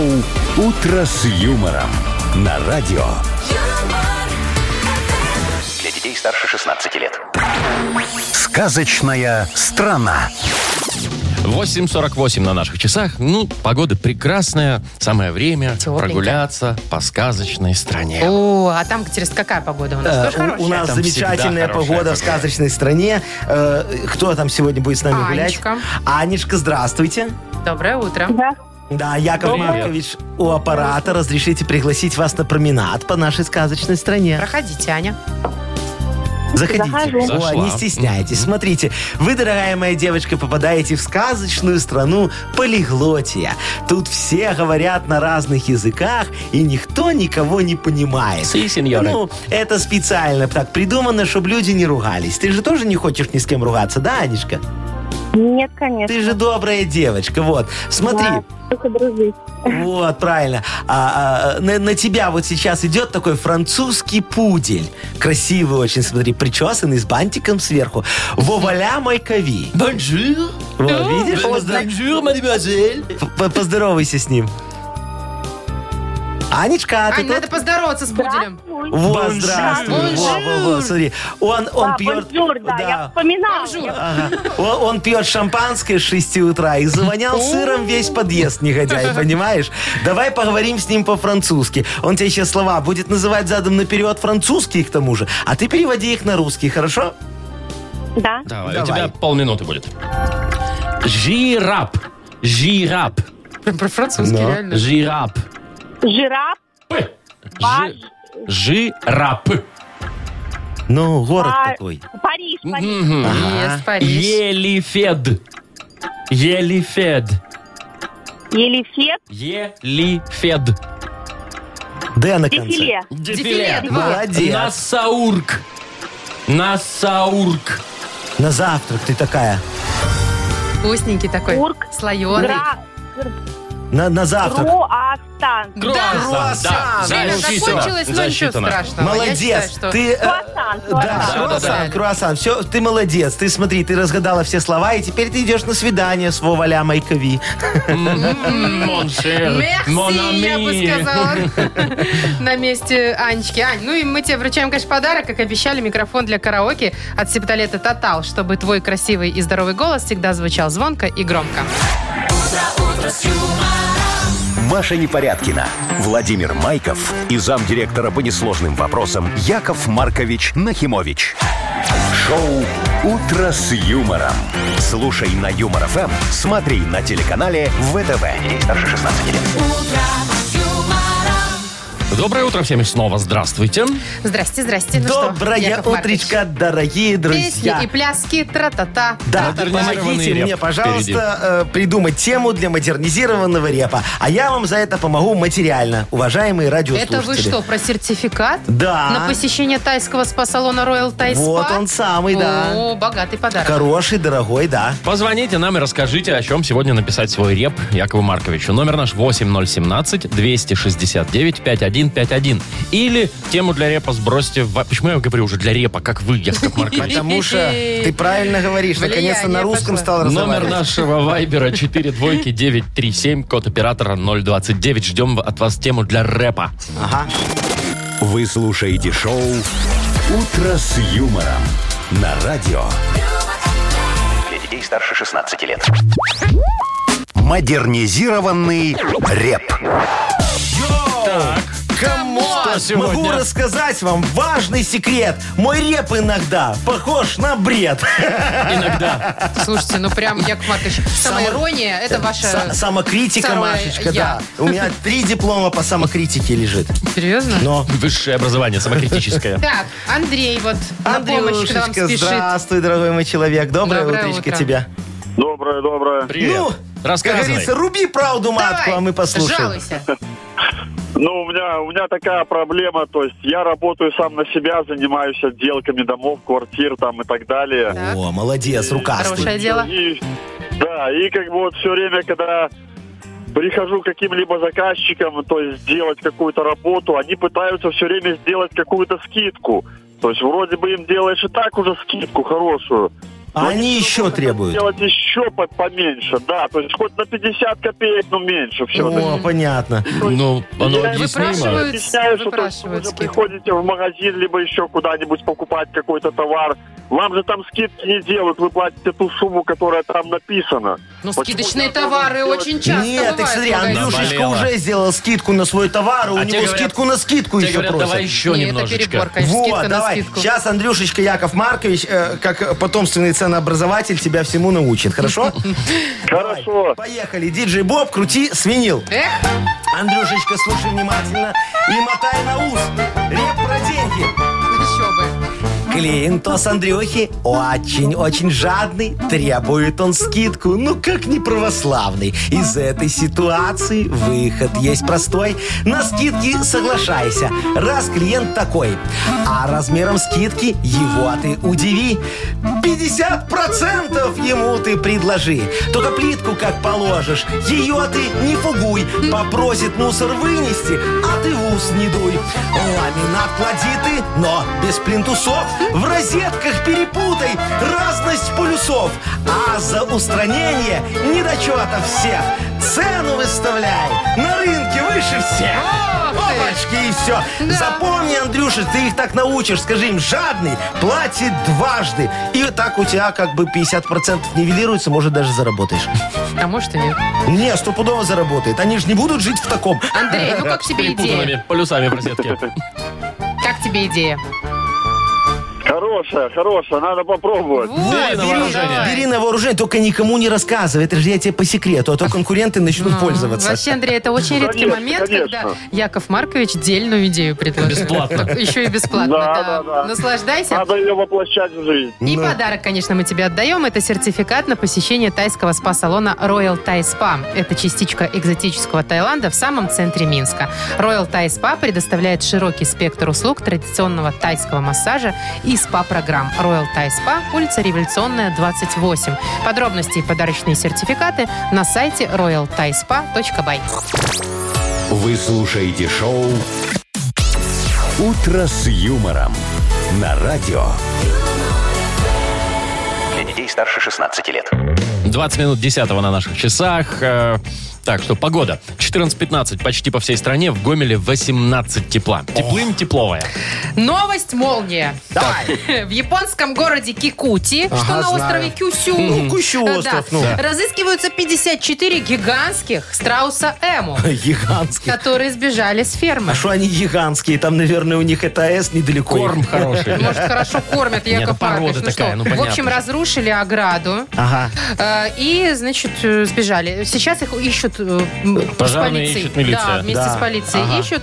Speaker 4: «Утро с юмором» на радио.
Speaker 5: Для детей старше 16 лет.
Speaker 4: Сказочная страна.
Speaker 1: 8.48 на наших часах. Ну, погода прекрасная. Самое время
Speaker 2: Тепленько.
Speaker 1: прогуляться по сказочной стране.
Speaker 2: О, а там, интересно, какая погода у нас?
Speaker 3: Э,
Speaker 2: Тоже
Speaker 3: У, у
Speaker 2: хорошая?
Speaker 3: нас
Speaker 1: Там всегда
Speaker 3: замечательная
Speaker 1: хорошая
Speaker 3: погода
Speaker 1: погода.
Speaker 3: в сказочной стране. Э, Кто там сегодня будет с нами
Speaker 2: Анечка.
Speaker 3: гулять? Анечка, здравствуйте.
Speaker 2: Доброе утро.
Speaker 8: Да.
Speaker 3: Да, Яков
Speaker 1: Привет.
Speaker 3: Маркович, у аппарата разрешите пригласить вас на променад по нашей сказочной стране.
Speaker 2: Проходите, Аня.
Speaker 3: Заходите.
Speaker 8: Захожу.
Speaker 1: Зашла.
Speaker 3: О, не стесняйтесь. Смотрите, вы, дорогая моя девочка, попадаете в сказочную страну полиглотия. Тут все говорят на разных языках, и никто никого не понимает.
Speaker 1: Си, сеньоры.
Speaker 3: Ну, это специально так придумано, чтобы люди не ругались. Ты же тоже не хочешь ни с кем ругаться, да, Анечка?
Speaker 9: Нет, конечно.
Speaker 3: Ты же добрая девочка, вот. Смотри,
Speaker 9: Да, только дружить.
Speaker 3: вот, правильно. А, а, на, на тебя вот сейчас идет такой французский пудель. Красивый очень, смотри, причесанный, с бантиком сверху. Воваля Майкови.
Speaker 1: Бонжур.
Speaker 3: Вот, видишь? Позда- п- Поздоровайся с ним. Анечка, А ты
Speaker 2: Ань,
Speaker 3: тут?
Speaker 2: надо поздороваться с Пуделем.
Speaker 3: Вот, здравствуй. Во, во, во, смотри. Он, он
Speaker 9: Да,
Speaker 3: пьет...
Speaker 9: бонжур, да, я вспоминала.
Speaker 2: Бонжур.
Speaker 9: Я-
Speaker 3: Ага. Он, он пьет шампанское с 6 утра и завонял сыром весь подъезд, негодяй, понимаешь? Давай поговорим с ним по-французски. Он тебе сейчас слова будет называть задом наперед французские, к тому же, а ты переводи их на русский, хорошо?
Speaker 9: Да.
Speaker 1: Давай, у
Speaker 3: Давай.
Speaker 1: тебя полминуты будет. Жирап. Жирап.
Speaker 2: Прям про французский,
Speaker 3: Да.
Speaker 2: реально.
Speaker 1: Жирап.
Speaker 9: Жираф,
Speaker 1: П.
Speaker 9: Паш,
Speaker 1: Жи- Жирап.
Speaker 3: Ну, город
Speaker 9: А-
Speaker 3: такой.
Speaker 9: Париж, Париж.
Speaker 1: Мгм.
Speaker 2: Есть, Париж.
Speaker 1: Елифед. Елифед.
Speaker 9: Елисет,
Speaker 1: Елифед.
Speaker 3: Д на конце.
Speaker 9: Дефиле.
Speaker 2: Дефиле два.
Speaker 3: Молодец.
Speaker 1: Насаурк. Насаурк.
Speaker 3: На завтрак ты такая.
Speaker 2: Вкусненький такой.
Speaker 9: Курк.
Speaker 2: Слоеный.
Speaker 9: Гра,
Speaker 3: На, на завтрак.
Speaker 9: Круассан.
Speaker 1: Круассан. Да,
Speaker 2: Время
Speaker 1: засчитано.
Speaker 2: закончилось, но ничего
Speaker 1: Засчитано.
Speaker 2: страшного. Я
Speaker 3: Молодец.
Speaker 2: считаю, что-
Speaker 3: Ты... э,
Speaker 9: Круассан,
Speaker 3: Да,
Speaker 9: круассан.
Speaker 3: круассан,
Speaker 2: да.
Speaker 3: круассан. Все, ты молодец. Ты смотри, ты разгадала все слова, и теперь ты идешь на свидание с Воваля Майкови.
Speaker 1: Моншер.
Speaker 2: Мерси, я бы сказала. На месте Анечки. Ань, ну и мы тебе вручаем, конечно, подарок, как обещали, микрофон для караоке от Септолета Тотал, чтобы твой красивый и здоровый голос всегда звучал звонко и громко.
Speaker 4: Маша Непорядкина, Владимир Майков и замдиректора по несложным вопросам Яков Маркович Нахимович. Шоу «Утро с юмором». Слушай на Юмор ФМ, смотри на телеканале ВТВ. Здесь старше 16 лет.
Speaker 1: Доброе утро всем и снова. Здравствуйте.
Speaker 2: Здрасте, здрасте. Ну что,
Speaker 3: Доброе
Speaker 2: Яков Маркович,
Speaker 3: утречко, дорогие друзья.
Speaker 2: Песни и пляски, тра-та-та.
Speaker 3: Да,
Speaker 1: Модернизированный
Speaker 3: помогите
Speaker 1: реп
Speaker 3: мне, пожалуйста, э, придумать тему для модернизированного репа. А я вам за это помогу материально, уважаемые радиослушатели.
Speaker 2: Это вы что, про сертификат?
Speaker 3: Да.
Speaker 2: На посещение тайского спа-салона Royal Thai Spa?
Speaker 3: Вот он самый, да.
Speaker 2: О, богатый подарок.
Speaker 3: Хороший, дорогой, да.
Speaker 1: Позвоните нам и расскажите, о чем сегодня написать свой реп Якову Марковичу. Номер наш 8017-269-5151. Или тему для репа сбросьте... в- Почему я говорю уже для репа, как вы, Яков Маркович?
Speaker 3: Потому что ты правильно говоришь,
Speaker 2: Влияние
Speaker 3: наконец-то на русском
Speaker 2: пошло.
Speaker 3: стал
Speaker 1: Номер
Speaker 3: разговаривать.
Speaker 1: нашего вайбера 4 двойки 937, код оператора 029. Ждем от вас тему для рэпа.
Speaker 3: Ага.
Speaker 4: Вы слушаете шоу «Утро с юмором» на радио
Speaker 5: Для детей старше 16 лет.
Speaker 4: «Модернизированный реп».
Speaker 3: Кому Могу
Speaker 1: сегодня?
Speaker 3: рассказать вам важный секрет. Мой реп иногда похож на бред.
Speaker 2: Слушайте, ну прям, Яков Маркович, самая
Speaker 3: Само-
Speaker 2: ирония, это ваша...
Speaker 3: э, Са- Самокритика,
Speaker 2: второе
Speaker 3: Машечка,
Speaker 2: я.
Speaker 3: да. У меня три диплома по самокритике лежит.
Speaker 2: Серьезно?
Speaker 3: Но...
Speaker 1: Высшее образование, самокритическое.
Speaker 2: Так, Андрей вот на помощь к нам
Speaker 3: Андрюшечка,
Speaker 2: спешит.
Speaker 3: здравствуй, дорогой мой человек. Доброе,
Speaker 2: Доброе
Speaker 3: утречко
Speaker 2: утро.
Speaker 3: тебе.
Speaker 6: Доброе, доброе.
Speaker 1: Привет.
Speaker 3: Ну, как
Speaker 1: Рассказывай.
Speaker 3: говорится, руби правду матку,
Speaker 2: Давай,
Speaker 3: а мы послушаем.
Speaker 2: жалуйся.
Speaker 6: Ну, у меня, у меня такая проблема, то есть я работаю сам на себя, занимаюсь отделками домов, квартир там и так далее.
Speaker 2: Так.
Speaker 3: О, молодец, рукастый.
Speaker 2: Хорошее дело.
Speaker 6: И- да, и как бы вот все время, когда прихожу к каким-либо заказчикам, то есть сделать какую-то работу, они пытаются все время сделать какую-то скидку. То есть вроде бы им делаешь и так уже скидку хорошую.
Speaker 3: А Они еще требуют.
Speaker 6: Делать еще по- поменьше, да. То есть хоть на 50 копеек, но меньше все.
Speaker 3: О, понятно.
Speaker 1: Ну, оно
Speaker 6: Я
Speaker 1: объяснимо.
Speaker 2: Выпрашивают,
Speaker 6: Объясняю, что то есть вы
Speaker 2: выпрашивают
Speaker 6: же
Speaker 2: скидку.
Speaker 6: приходите в магазин, либо еще куда-нибудь покупать какой-то товар. Вам же там скидки не делают, вы платите ту сумму, которая там написана.
Speaker 2: Но
Speaker 6: Почему
Speaker 2: Ну, скидочные
Speaker 6: я должен
Speaker 2: товары
Speaker 6: делать?
Speaker 2: очень часто
Speaker 3: Нет, так
Speaker 2: бывают
Speaker 3: смотри,
Speaker 2: в магазине.
Speaker 3: Андрюшечка
Speaker 1: Наболело.
Speaker 3: уже сделал скидку на свой товар, а у
Speaker 1: А те
Speaker 3: него
Speaker 1: говорят-
Speaker 3: скидку на скидку
Speaker 1: Тебе
Speaker 3: еще
Speaker 1: говорят,
Speaker 3: просят.
Speaker 1: давай еще
Speaker 2: Не, это перебор,
Speaker 1: немножечко.
Speaker 2: конечно, скидка
Speaker 3: вот, давай.
Speaker 2: на скидку.
Speaker 3: Сейчас Андрюшечка Яков Маркович, э, как потомственный ценообразователь, тебя всему научит, хорошо?
Speaker 6: Хорошо.
Speaker 3: Поехали. Диджей Боб, крути свинил.
Speaker 2: Эх,
Speaker 3: Андрюшечка, слушай внимательно и мотай на ус. Реп про деньги.
Speaker 2: еще бы.
Speaker 3: Глин, то с Андрюхи очень-очень жадный, требует он скидку, ну как не православный. Из этой ситуации выход есть простой. На скидки соглашайся, раз клиент такой. А размером скидки его ты удиви. 50% ему ты предложи. Только плитку как положишь, ее ты не фугуй. Попросит мусор вынести, а ты в ус не дуй. Ламинат клади ты, но без плинтусов. В розетках перепутай разность полюсов. А за устранение недочетов всех цену выставляй. На рынке выше всех.
Speaker 2: Ох ты!
Speaker 3: Опачки и все. Запомни, Андрюша, ты их так научишь. Скажи им, жадный платит дважды. И так у тебя как бы 50% нивелируется, может, даже заработаешь.
Speaker 2: А может и нет.
Speaker 3: Не, стопудово заработает. Они же не будут жить в таком.
Speaker 2: Андрей, ну как тебе идея?
Speaker 1: Перепутанными полюсами в розетке.
Speaker 2: Как тебе идея?
Speaker 6: Хорошая, хорошая, надо попробовать.
Speaker 2: Вот,
Speaker 1: Бери на вооружение.
Speaker 2: давай.
Speaker 3: Бери на вооружение, только никому не рассказывай. Это же я тебе по секрету, а то конкуренты начнут
Speaker 2: Ну,
Speaker 3: пользоваться.
Speaker 2: Вообще, Андрей, это очень редкий
Speaker 6: Конечно,
Speaker 2: момент,
Speaker 6: конечно.
Speaker 2: когда Яков Маркович дельную идею предложил.
Speaker 1: Бесплатно.
Speaker 2: Еще и бесплатно,
Speaker 6: Да,
Speaker 2: да.
Speaker 6: да, да.
Speaker 2: Наслаждайся.
Speaker 6: Надо ее воплощать в жизнь.
Speaker 2: И
Speaker 3: Ну.
Speaker 2: подарок, конечно, мы тебе отдаем. Это сертификат на посещение тайского спа-салона Royal Thai Spa. Это частичка экзотического Таиланда в самом центре Минска. Royal Thai Spa предоставляет широкий спектр услуг традиционного тайского массажа и спа-программ. Royal Thai Spa, улица Революционная, 28. Подробности и подарочные сертификаты на сайте royalthaispa.by.
Speaker 4: Вы слушаете шоу «Утро с юмором» на радио.
Speaker 5: Для детей старше 16 лет.
Speaker 1: 20 минут 10 на наших часах. Э, Так что погода. 14-15 почти по всей стране. В Гомеле 18 тепла. Теплым тепловая.
Speaker 2: Новость молния.
Speaker 3: Давай.
Speaker 2: В японском городе Кикути, что
Speaker 3: Ага,
Speaker 2: на острове
Speaker 3: знаю.
Speaker 2: Кюсю,
Speaker 3: Ну, Кюсю
Speaker 2: э,
Speaker 3: остров,
Speaker 2: да,
Speaker 3: ну. Да.
Speaker 2: разыскиваются 54 гигантских страуса Эму,
Speaker 3: Гигантские.
Speaker 2: которые сбежали с фермы.
Speaker 3: А что они гигантские? Там, наверное, у них это С недалеко.
Speaker 1: Корм хороший. Ну,
Speaker 2: Может, хорошо кормят,
Speaker 1: Нет,
Speaker 2: Яков
Speaker 1: ну, порода
Speaker 2: Маркович, ну
Speaker 1: такая,
Speaker 2: что?
Speaker 1: ну,
Speaker 2: В
Speaker 1: понятно
Speaker 2: общем,
Speaker 1: же.
Speaker 2: разрушили ограду
Speaker 3: Ага.
Speaker 2: э, и, значит, э, сбежали. Сейчас их ищут э, м, с
Speaker 1: Пожарные
Speaker 2: полицией.
Speaker 1: ищут, милиция.
Speaker 2: Да, вместе
Speaker 3: Да.
Speaker 2: с полицией
Speaker 3: Ага.
Speaker 2: ищут.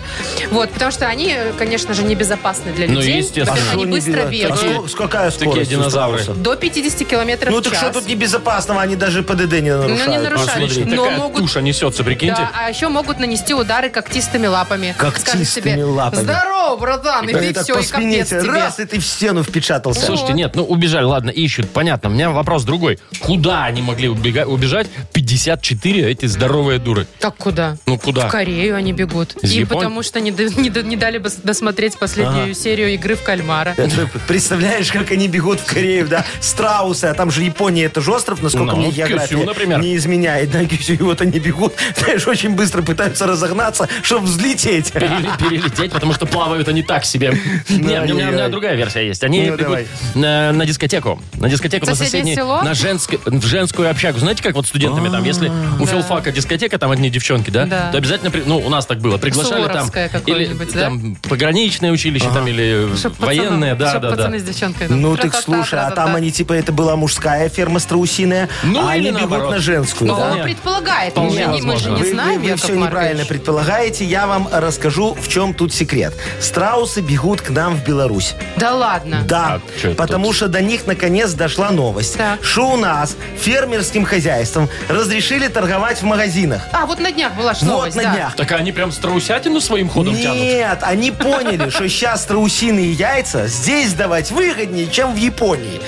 Speaker 2: Вот, потому что они, э, конечно же, небезопасны для
Speaker 1: Ну,
Speaker 2: людей.
Speaker 1: естественно.
Speaker 2: потому
Speaker 1: А
Speaker 2: что
Speaker 3: Шо
Speaker 2: они
Speaker 3: не
Speaker 2: быстро
Speaker 3: беда? А
Speaker 2: бегают.
Speaker 3: ско- с какая
Speaker 1: Такие
Speaker 3: скорость? у
Speaker 1: динозавры.
Speaker 3: страуса?
Speaker 2: До 50 километров
Speaker 3: Ну
Speaker 2: в
Speaker 3: так
Speaker 2: час.
Speaker 3: что тут небезопасного? Они даже ПДД не нарушают.
Speaker 2: Ну, не нарушают.
Speaker 3: Посмотри.
Speaker 1: Смотри,
Speaker 2: Но
Speaker 1: какая
Speaker 2: могут-
Speaker 1: туша несется, прикиньте.
Speaker 2: Да, а еще могут нанести удары когтистыми лапами. Скажут
Speaker 3: Когтистыми
Speaker 2: себе,
Speaker 3: лапами.
Speaker 2: Здорово, братан, и
Speaker 3: Они
Speaker 2: ты
Speaker 3: так
Speaker 2: все,
Speaker 3: по
Speaker 2: и
Speaker 3: спине
Speaker 2: капец
Speaker 3: тебе.
Speaker 2: тебе.
Speaker 3: Раз, и ты в стену впечатался.
Speaker 1: Слушайте, нет, ну убежали, ладно, ищут, понятно. У меня вопрос другой. Куда они могли убега- убежать 54 эти здоровые дуры?
Speaker 2: Так куда?
Speaker 1: Ну куда?
Speaker 2: В Корею они бегут.
Speaker 1: Из
Speaker 2: и
Speaker 1: Японии?
Speaker 2: потому что не, д- не д- не дали бы с- досмотреть последнюю серию игры в кальмара.
Speaker 3: Это Представляешь, как они бегут в Корею, да? Страусы, а там же Япония, это же остров, насколько
Speaker 1: Ну,
Speaker 3: мне
Speaker 1: вот
Speaker 3: география
Speaker 1: Кюсю, например.
Speaker 3: не изменяет. Да, Кюсю, и вот они бегут, знаешь, очень быстро пытаются разогнаться, чтобы взлететь.
Speaker 1: Перели- перелететь, потому что плавают они так себе. Не, у меня- у меня у меня
Speaker 3: ай-яй.
Speaker 1: другая версия есть. Они
Speaker 3: Ну,
Speaker 1: бегут
Speaker 3: давай.
Speaker 1: на на дискотеку. На дискотеку на
Speaker 2: Соседнее
Speaker 1: соседней...
Speaker 2: село?
Speaker 1: На женск- в женскую общагу. Знаете, как вот студентами там, если у филфака дискотека, там одни девчонки, да?
Speaker 2: Да.
Speaker 1: То обязательно, при- ну, у нас так было, приглашали там...
Speaker 2: Суворовское
Speaker 1: Или
Speaker 2: какое-нибудь, да?
Speaker 1: там пограничное училище, там, или
Speaker 2: Чтоб пацанов-
Speaker 1: военное, да,
Speaker 2: чтоб
Speaker 1: да, да.
Speaker 2: пацаны с девчонкой.
Speaker 3: Ну, так
Speaker 2: тра-та-та,
Speaker 3: слушай, а
Speaker 2: тра-та-та.
Speaker 3: там они, типа, это была мужская ферма страусиная,
Speaker 1: Ну,
Speaker 3: а
Speaker 1: или
Speaker 3: они бегут
Speaker 1: наоборот.
Speaker 3: на женскую.
Speaker 2: Ну,
Speaker 3: да?
Speaker 2: он предполагает, мы
Speaker 1: Вполне
Speaker 2: же не- мы же
Speaker 1: возможно.
Speaker 2: не
Speaker 3: Вы-
Speaker 2: знаем,
Speaker 3: Вы,
Speaker 2: Яков
Speaker 3: все неправильно
Speaker 2: Маркович.
Speaker 3: предполагаете. Я вам расскажу, в чем тут секрет. Страусы бегут к нам в Беларусь.
Speaker 2: Да ладно.
Speaker 3: Да,
Speaker 1: А чё это
Speaker 3: потому
Speaker 1: тут?
Speaker 3: что до них наконец дошла новость,
Speaker 2: Так.
Speaker 3: что у нас фермерским хозяйством разрешили торговать в магазинах.
Speaker 2: А, вот на днях была ж
Speaker 3: Вот
Speaker 2: новость,
Speaker 3: на
Speaker 2: да.
Speaker 3: днях.
Speaker 1: Так а они прям страусятину своим ходом тянут?
Speaker 3: Нет, они поняли, что сейчас страусиные яйца здесь давать выгоднее, чем в Японии.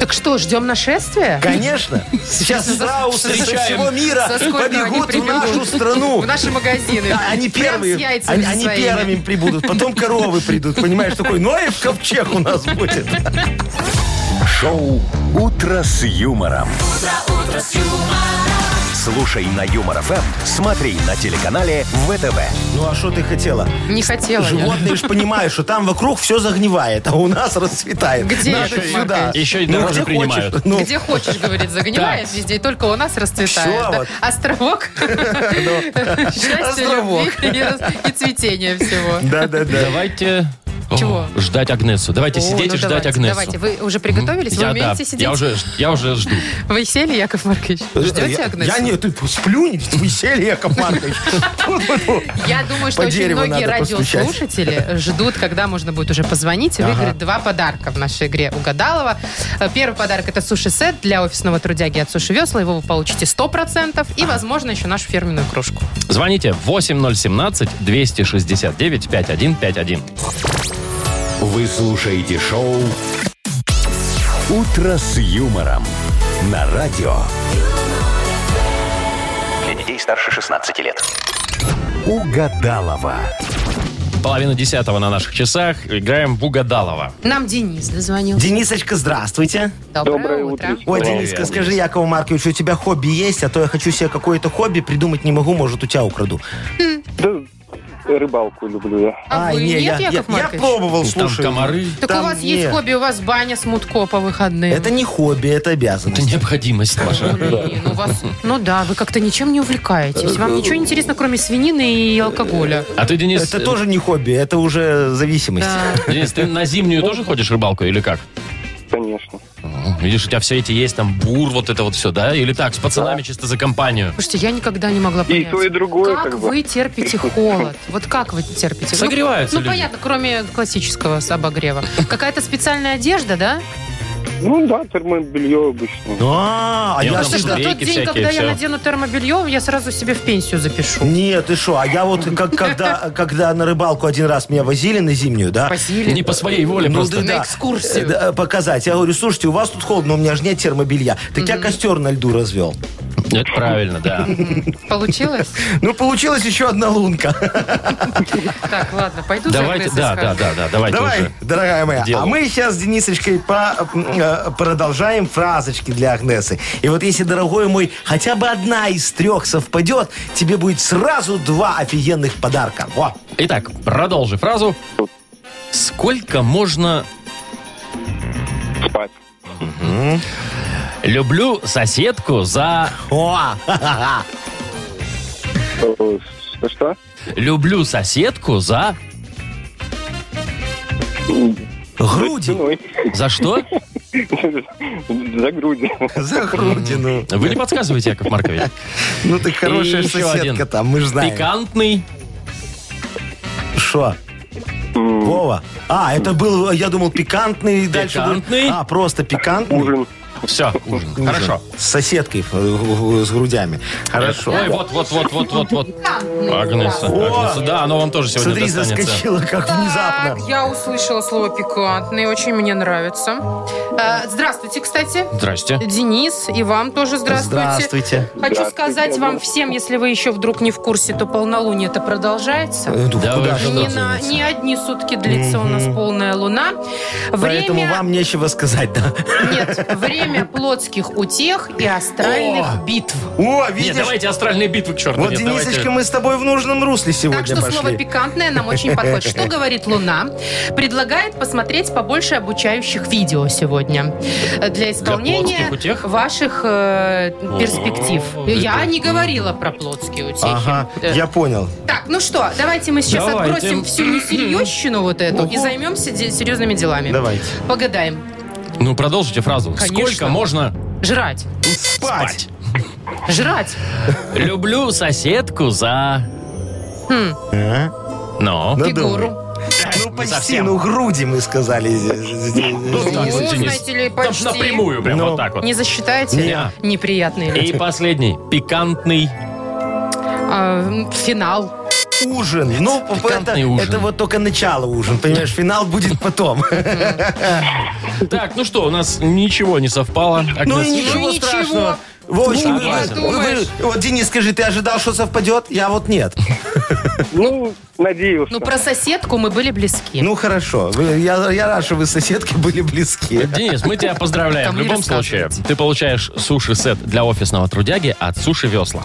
Speaker 2: Так что, ждем нашествия?
Speaker 3: Конечно, сейчас страусы со
Speaker 1: Встречаем.
Speaker 3: всего мира
Speaker 2: Со сколько они
Speaker 3: побегут в
Speaker 2: прибегут?
Speaker 3: нашу страну.
Speaker 2: В наши магазины.
Speaker 3: Да, они
Speaker 2: Прям
Speaker 3: первые,
Speaker 2: с яйцами
Speaker 3: они, они
Speaker 2: своими.
Speaker 3: первыми прибудут, потом коровы придут, понимаешь, такой «Ну, Ноев ковчег у нас будет.
Speaker 4: Шоу «Утро с юмором». Слушай на Юмор ФМ, смотри на телеканале ВТВ.
Speaker 3: Ну а что ты хотела?
Speaker 2: Не хотела я.
Speaker 3: Животные же понимают, что там вокруг все загнивает, а у нас расцветает.
Speaker 2: Где,
Speaker 3: Надо
Speaker 2: Яков
Speaker 3: сюда.
Speaker 2: Маркович?
Speaker 1: Еще и дороже
Speaker 3: где
Speaker 1: принимают.
Speaker 3: хочешь. Ну,
Speaker 2: Где хочешь, говорит, загнивает
Speaker 1: Так.
Speaker 2: везде, и только у нас расцветает. да.
Speaker 3: Всё, вот. Ну,
Speaker 2: Островок. Счастье,
Speaker 3: Островок.
Speaker 2: любви и рас- и цветения всего.
Speaker 3: Да, да, да.
Speaker 1: Давайте
Speaker 2: Чего?
Speaker 1: О, Ждать Агнесу. Давайте
Speaker 2: О,
Speaker 1: сидеть
Speaker 2: ну
Speaker 1: и ждать
Speaker 2: давайте,
Speaker 1: Агнесу.
Speaker 2: Давайте, вы уже приготовились?
Speaker 1: Я,
Speaker 2: вы умеете
Speaker 1: да.
Speaker 2: сидеть?
Speaker 1: Я уже, я уже жду.
Speaker 2: Вы сели, Яков Маркович? Ждете
Speaker 3: Я-
Speaker 2: Агнесу?
Speaker 3: Я не, ты сплю, не вы сели, Яков Маркович. Тьфу-тьфу-тьфу.
Speaker 2: Я думаю, что
Speaker 3: По
Speaker 2: очень
Speaker 3: дереву
Speaker 2: многие
Speaker 3: надо
Speaker 2: радиослушатели ждут, когда можно будет уже позвонить и выиграть два подарка в нашей игре «Угадалова». Э, Первый подарок – это суши-сет для офисного трудяги от «Суши Весла». Его вы получите 100% и, возможно, еще нашу фирменную кружку.
Speaker 1: Звоните 8017-269-5151.
Speaker 4: Вы слушаете шоу «Утро с юмором» на радио
Speaker 5: Для детей старше 16 лет.
Speaker 4: «Угадалова».
Speaker 1: Половина десятого на наших часах. Играем в Угадалова.
Speaker 2: Нам Денис дозвонил.
Speaker 3: Денисочка, здравствуйте.
Speaker 6: Доброе утро.
Speaker 3: Ой,
Speaker 1: Привет.
Speaker 3: Дениска, скажи, Якову Марковичу, у тебя хобби есть? А то я хочу себе какое-то хобби придумать не могу, может, у тебя украду.
Speaker 6: Да, рыбалку люблю я.
Speaker 2: А, вы нет, Яков Маркович?
Speaker 3: пробовал,
Speaker 1: Там
Speaker 3: слушай.
Speaker 1: комары.
Speaker 2: Так
Speaker 3: Там
Speaker 2: у вас
Speaker 3: нет.
Speaker 2: есть хобби, у вас баня с Мутко по выходным.
Speaker 3: Это не хобби,
Speaker 1: Это
Speaker 3: это обязанность.
Speaker 1: необходимость ваша.
Speaker 2: Блин, у вас... Ну да, вы как-то ничем не увлекаетесь. Вам ничего не интересно, кроме свинины и алкоголя.
Speaker 1: А ты, Денис,
Speaker 3: Это тоже не хобби, это уже зависимость.
Speaker 2: Да.
Speaker 1: э, Денис, ты на зимнюю тоже ходишь рыбалку или как?
Speaker 6: Конечно.
Speaker 1: М, Видишь, у тебя все эти есть, там бур, вот это вот все, да? Или так, с пацанами чисто за компанию?
Speaker 2: Слушайте, я никогда не могла понять.
Speaker 6: И то, и другое,
Speaker 2: Как
Speaker 6: как бы.
Speaker 2: вы терпите холод? Вот как вы терпите? Ну,
Speaker 1: Согреваются
Speaker 2: Ну,
Speaker 1: люди.
Speaker 2: понятно, кроме классического с- обогрева. Какая-то специальная одежда, да?
Speaker 6: Ну да, термобелье обычно.
Speaker 3: А, а
Speaker 1: Не,
Speaker 3: я
Speaker 1: потому что
Speaker 3: всегда...
Speaker 1: Батарейки
Speaker 2: тот день,
Speaker 1: всякие,
Speaker 2: когда
Speaker 1: всё.
Speaker 2: я надену термобелье, я сразу себе в пенсию запишу.
Speaker 3: Нет, ты что, а я вот как, когда, когда на рыбалку один раз меня возили на зимнюю, да?
Speaker 2: Василий.
Speaker 1: Не по своей воле
Speaker 3: Ну,
Speaker 1: просто.
Speaker 3: да, да.
Speaker 2: На экскурсию.
Speaker 3: Э, да, э, показать. Я говорю, слушайте, у вас тут холодно, у меня же нет термобелья. Так я костер на льду развел.
Speaker 1: Это правильно, да.
Speaker 2: Получилось?
Speaker 3: Ну, получилась еще одна лунка.
Speaker 2: Так, ладно, пойду за
Speaker 1: Давайте,
Speaker 2: Агнесой
Speaker 1: да,
Speaker 2: схожу.
Speaker 1: да, да, да, давайте
Speaker 3: Давай,
Speaker 1: уже.
Speaker 3: дорогая моя.
Speaker 1: делу.
Speaker 3: А мы сейчас с Денисочкой по- э, продолжаем фразочки для Агнесы. И вот если, дорогой мой, хотя бы одна из трех совпадет, тебе будет сразу два офигенных подарка. Во.
Speaker 1: Итак, продолжи фразу. Сколько можно...
Speaker 2: Ну.
Speaker 6: Спать.
Speaker 1: Люблю соседку за...
Speaker 3: О, ха-ха-ха.
Speaker 6: Э, Что? что?
Speaker 1: Люблю соседку за...
Speaker 3: груди.
Speaker 6: Ой,
Speaker 1: За что?
Speaker 6: за грудь.
Speaker 3: За грудину.
Speaker 1: Вы не подсказываете, Яков Маркович.
Speaker 3: Ну ты хорошая
Speaker 1: И еще
Speaker 3: соседка
Speaker 1: один.
Speaker 3: там, мы ж знаем.
Speaker 1: Пикантный.
Speaker 3: Шо? Вова. А, это был, я думал, пикантный. Дальше был-
Speaker 1: Пикантный?
Speaker 3: А, просто пикантный.
Speaker 6: Ужин.
Speaker 1: Все, ужин. Хорошо.
Speaker 3: С соседкой, э, э, с грудями. Хорошо.
Speaker 1: Ой, вот, вот, вот, вот, вот, вот. Агнеса.
Speaker 3: О!
Speaker 1: Агнеса. Да, оно вам тоже сегодня
Speaker 3: Смотри,
Speaker 1: достанется.
Speaker 3: заскочила как
Speaker 2: Так,
Speaker 3: внезапно.
Speaker 2: я услышала слово пикантный, очень мне нравится. Э, Здравствуйте, кстати.
Speaker 1: Здрасте.
Speaker 2: Денис, и вам тоже
Speaker 3: Здравствуйте.
Speaker 2: Хочу
Speaker 6: Здравствуйте,
Speaker 2: сказать вам всем, если вы еще вдруг не в курсе, то полнолуние это продолжается.
Speaker 3: Э, ну,
Speaker 1: Да
Speaker 3: куда
Speaker 1: вы
Speaker 3: же
Speaker 1: что?
Speaker 2: Не,
Speaker 3: это
Speaker 2: на-
Speaker 3: денется?
Speaker 2: не одни сутки длится у нас полная луна.
Speaker 3: Поэтому
Speaker 2: Время...
Speaker 3: вам нечего сказать, да?
Speaker 2: Нет, время плотских утех и астральных битв.
Speaker 3: О,
Speaker 1: Нет,
Speaker 3: видишь?
Speaker 1: давайте астральные битвы к черту.
Speaker 3: Вот,
Speaker 1: нет,
Speaker 3: Денисочка,
Speaker 1: давайте.
Speaker 3: мы с тобой в нужном русле
Speaker 2: Так
Speaker 3: сегодня
Speaker 2: что слово
Speaker 3: пошли.
Speaker 2: «пикантное» нам очень подходит. Что говорит Луна? Предлагает посмотреть побольше обучающих видео сегодня э, для исполнения
Speaker 1: плотских утех?
Speaker 2: ваших э, перспектив.
Speaker 1: О,
Speaker 2: Я
Speaker 1: это-
Speaker 2: не говорила про плотские утехи.
Speaker 3: Ага,
Speaker 2: Э,
Speaker 3: я понял.
Speaker 2: Так, ну что, давайте мы сейчас
Speaker 1: Давайте.
Speaker 2: отбросим всю несерьезщину вот эту и займемся де- серьезными делами.
Speaker 3: Давайте.
Speaker 2: Погадаем.
Speaker 1: Ну, продолжите фразу.
Speaker 2: Конечно.
Speaker 1: Сколько можно...
Speaker 2: Жрать.
Speaker 3: Спать.
Speaker 2: Жрать.
Speaker 1: Люблю соседку за...
Speaker 2: Хм,
Speaker 3: А?
Speaker 1: Но...
Speaker 3: Ну, думай.
Speaker 2: фигуру.
Speaker 3: Ну, почти,
Speaker 1: совсем.
Speaker 3: ну, груди мы сказали.
Speaker 1: так,
Speaker 2: Ну,
Speaker 1: вот, Денис.
Speaker 2: знаете ли,
Speaker 1: Там
Speaker 2: почти.
Speaker 1: напрямую, прям
Speaker 3: Ну.
Speaker 1: вот так вот.
Speaker 2: Не засчитаете?
Speaker 1: Не.
Speaker 2: Неприятные люди.
Speaker 1: И последний. Пикантный.
Speaker 2: А, финал.
Speaker 3: Ужин. Ну, это,
Speaker 1: Пикантный ужин.
Speaker 3: это вот только начало ужин, понимаешь? Финал будет потом.
Speaker 1: Так, ну что, у нас ничего не совпало.
Speaker 3: Ну и
Speaker 1: Агнес,
Speaker 3: ничего
Speaker 2: ничего.
Speaker 3: страшного. Вовочка,
Speaker 1: Ну,
Speaker 3: вы-
Speaker 1: согласен.
Speaker 3: вы- вы-
Speaker 2: Думаешь.
Speaker 3: вот Денис, скажи, ты ожидал, что совпадет? Я вот нет.
Speaker 6: Ну, надеялся.
Speaker 2: Ну, про соседку мы были близки.
Speaker 3: Ну хорошо. Вы- Я, я рад, что вы соседки были близки.
Speaker 1: Денис, мы тебя поздравляем.
Speaker 2: Там
Speaker 1: В
Speaker 2: не
Speaker 1: любом случае,
Speaker 2: рассказывайте.
Speaker 1: ты получаешь суши-сет для офисного трудяги от Суши Весла.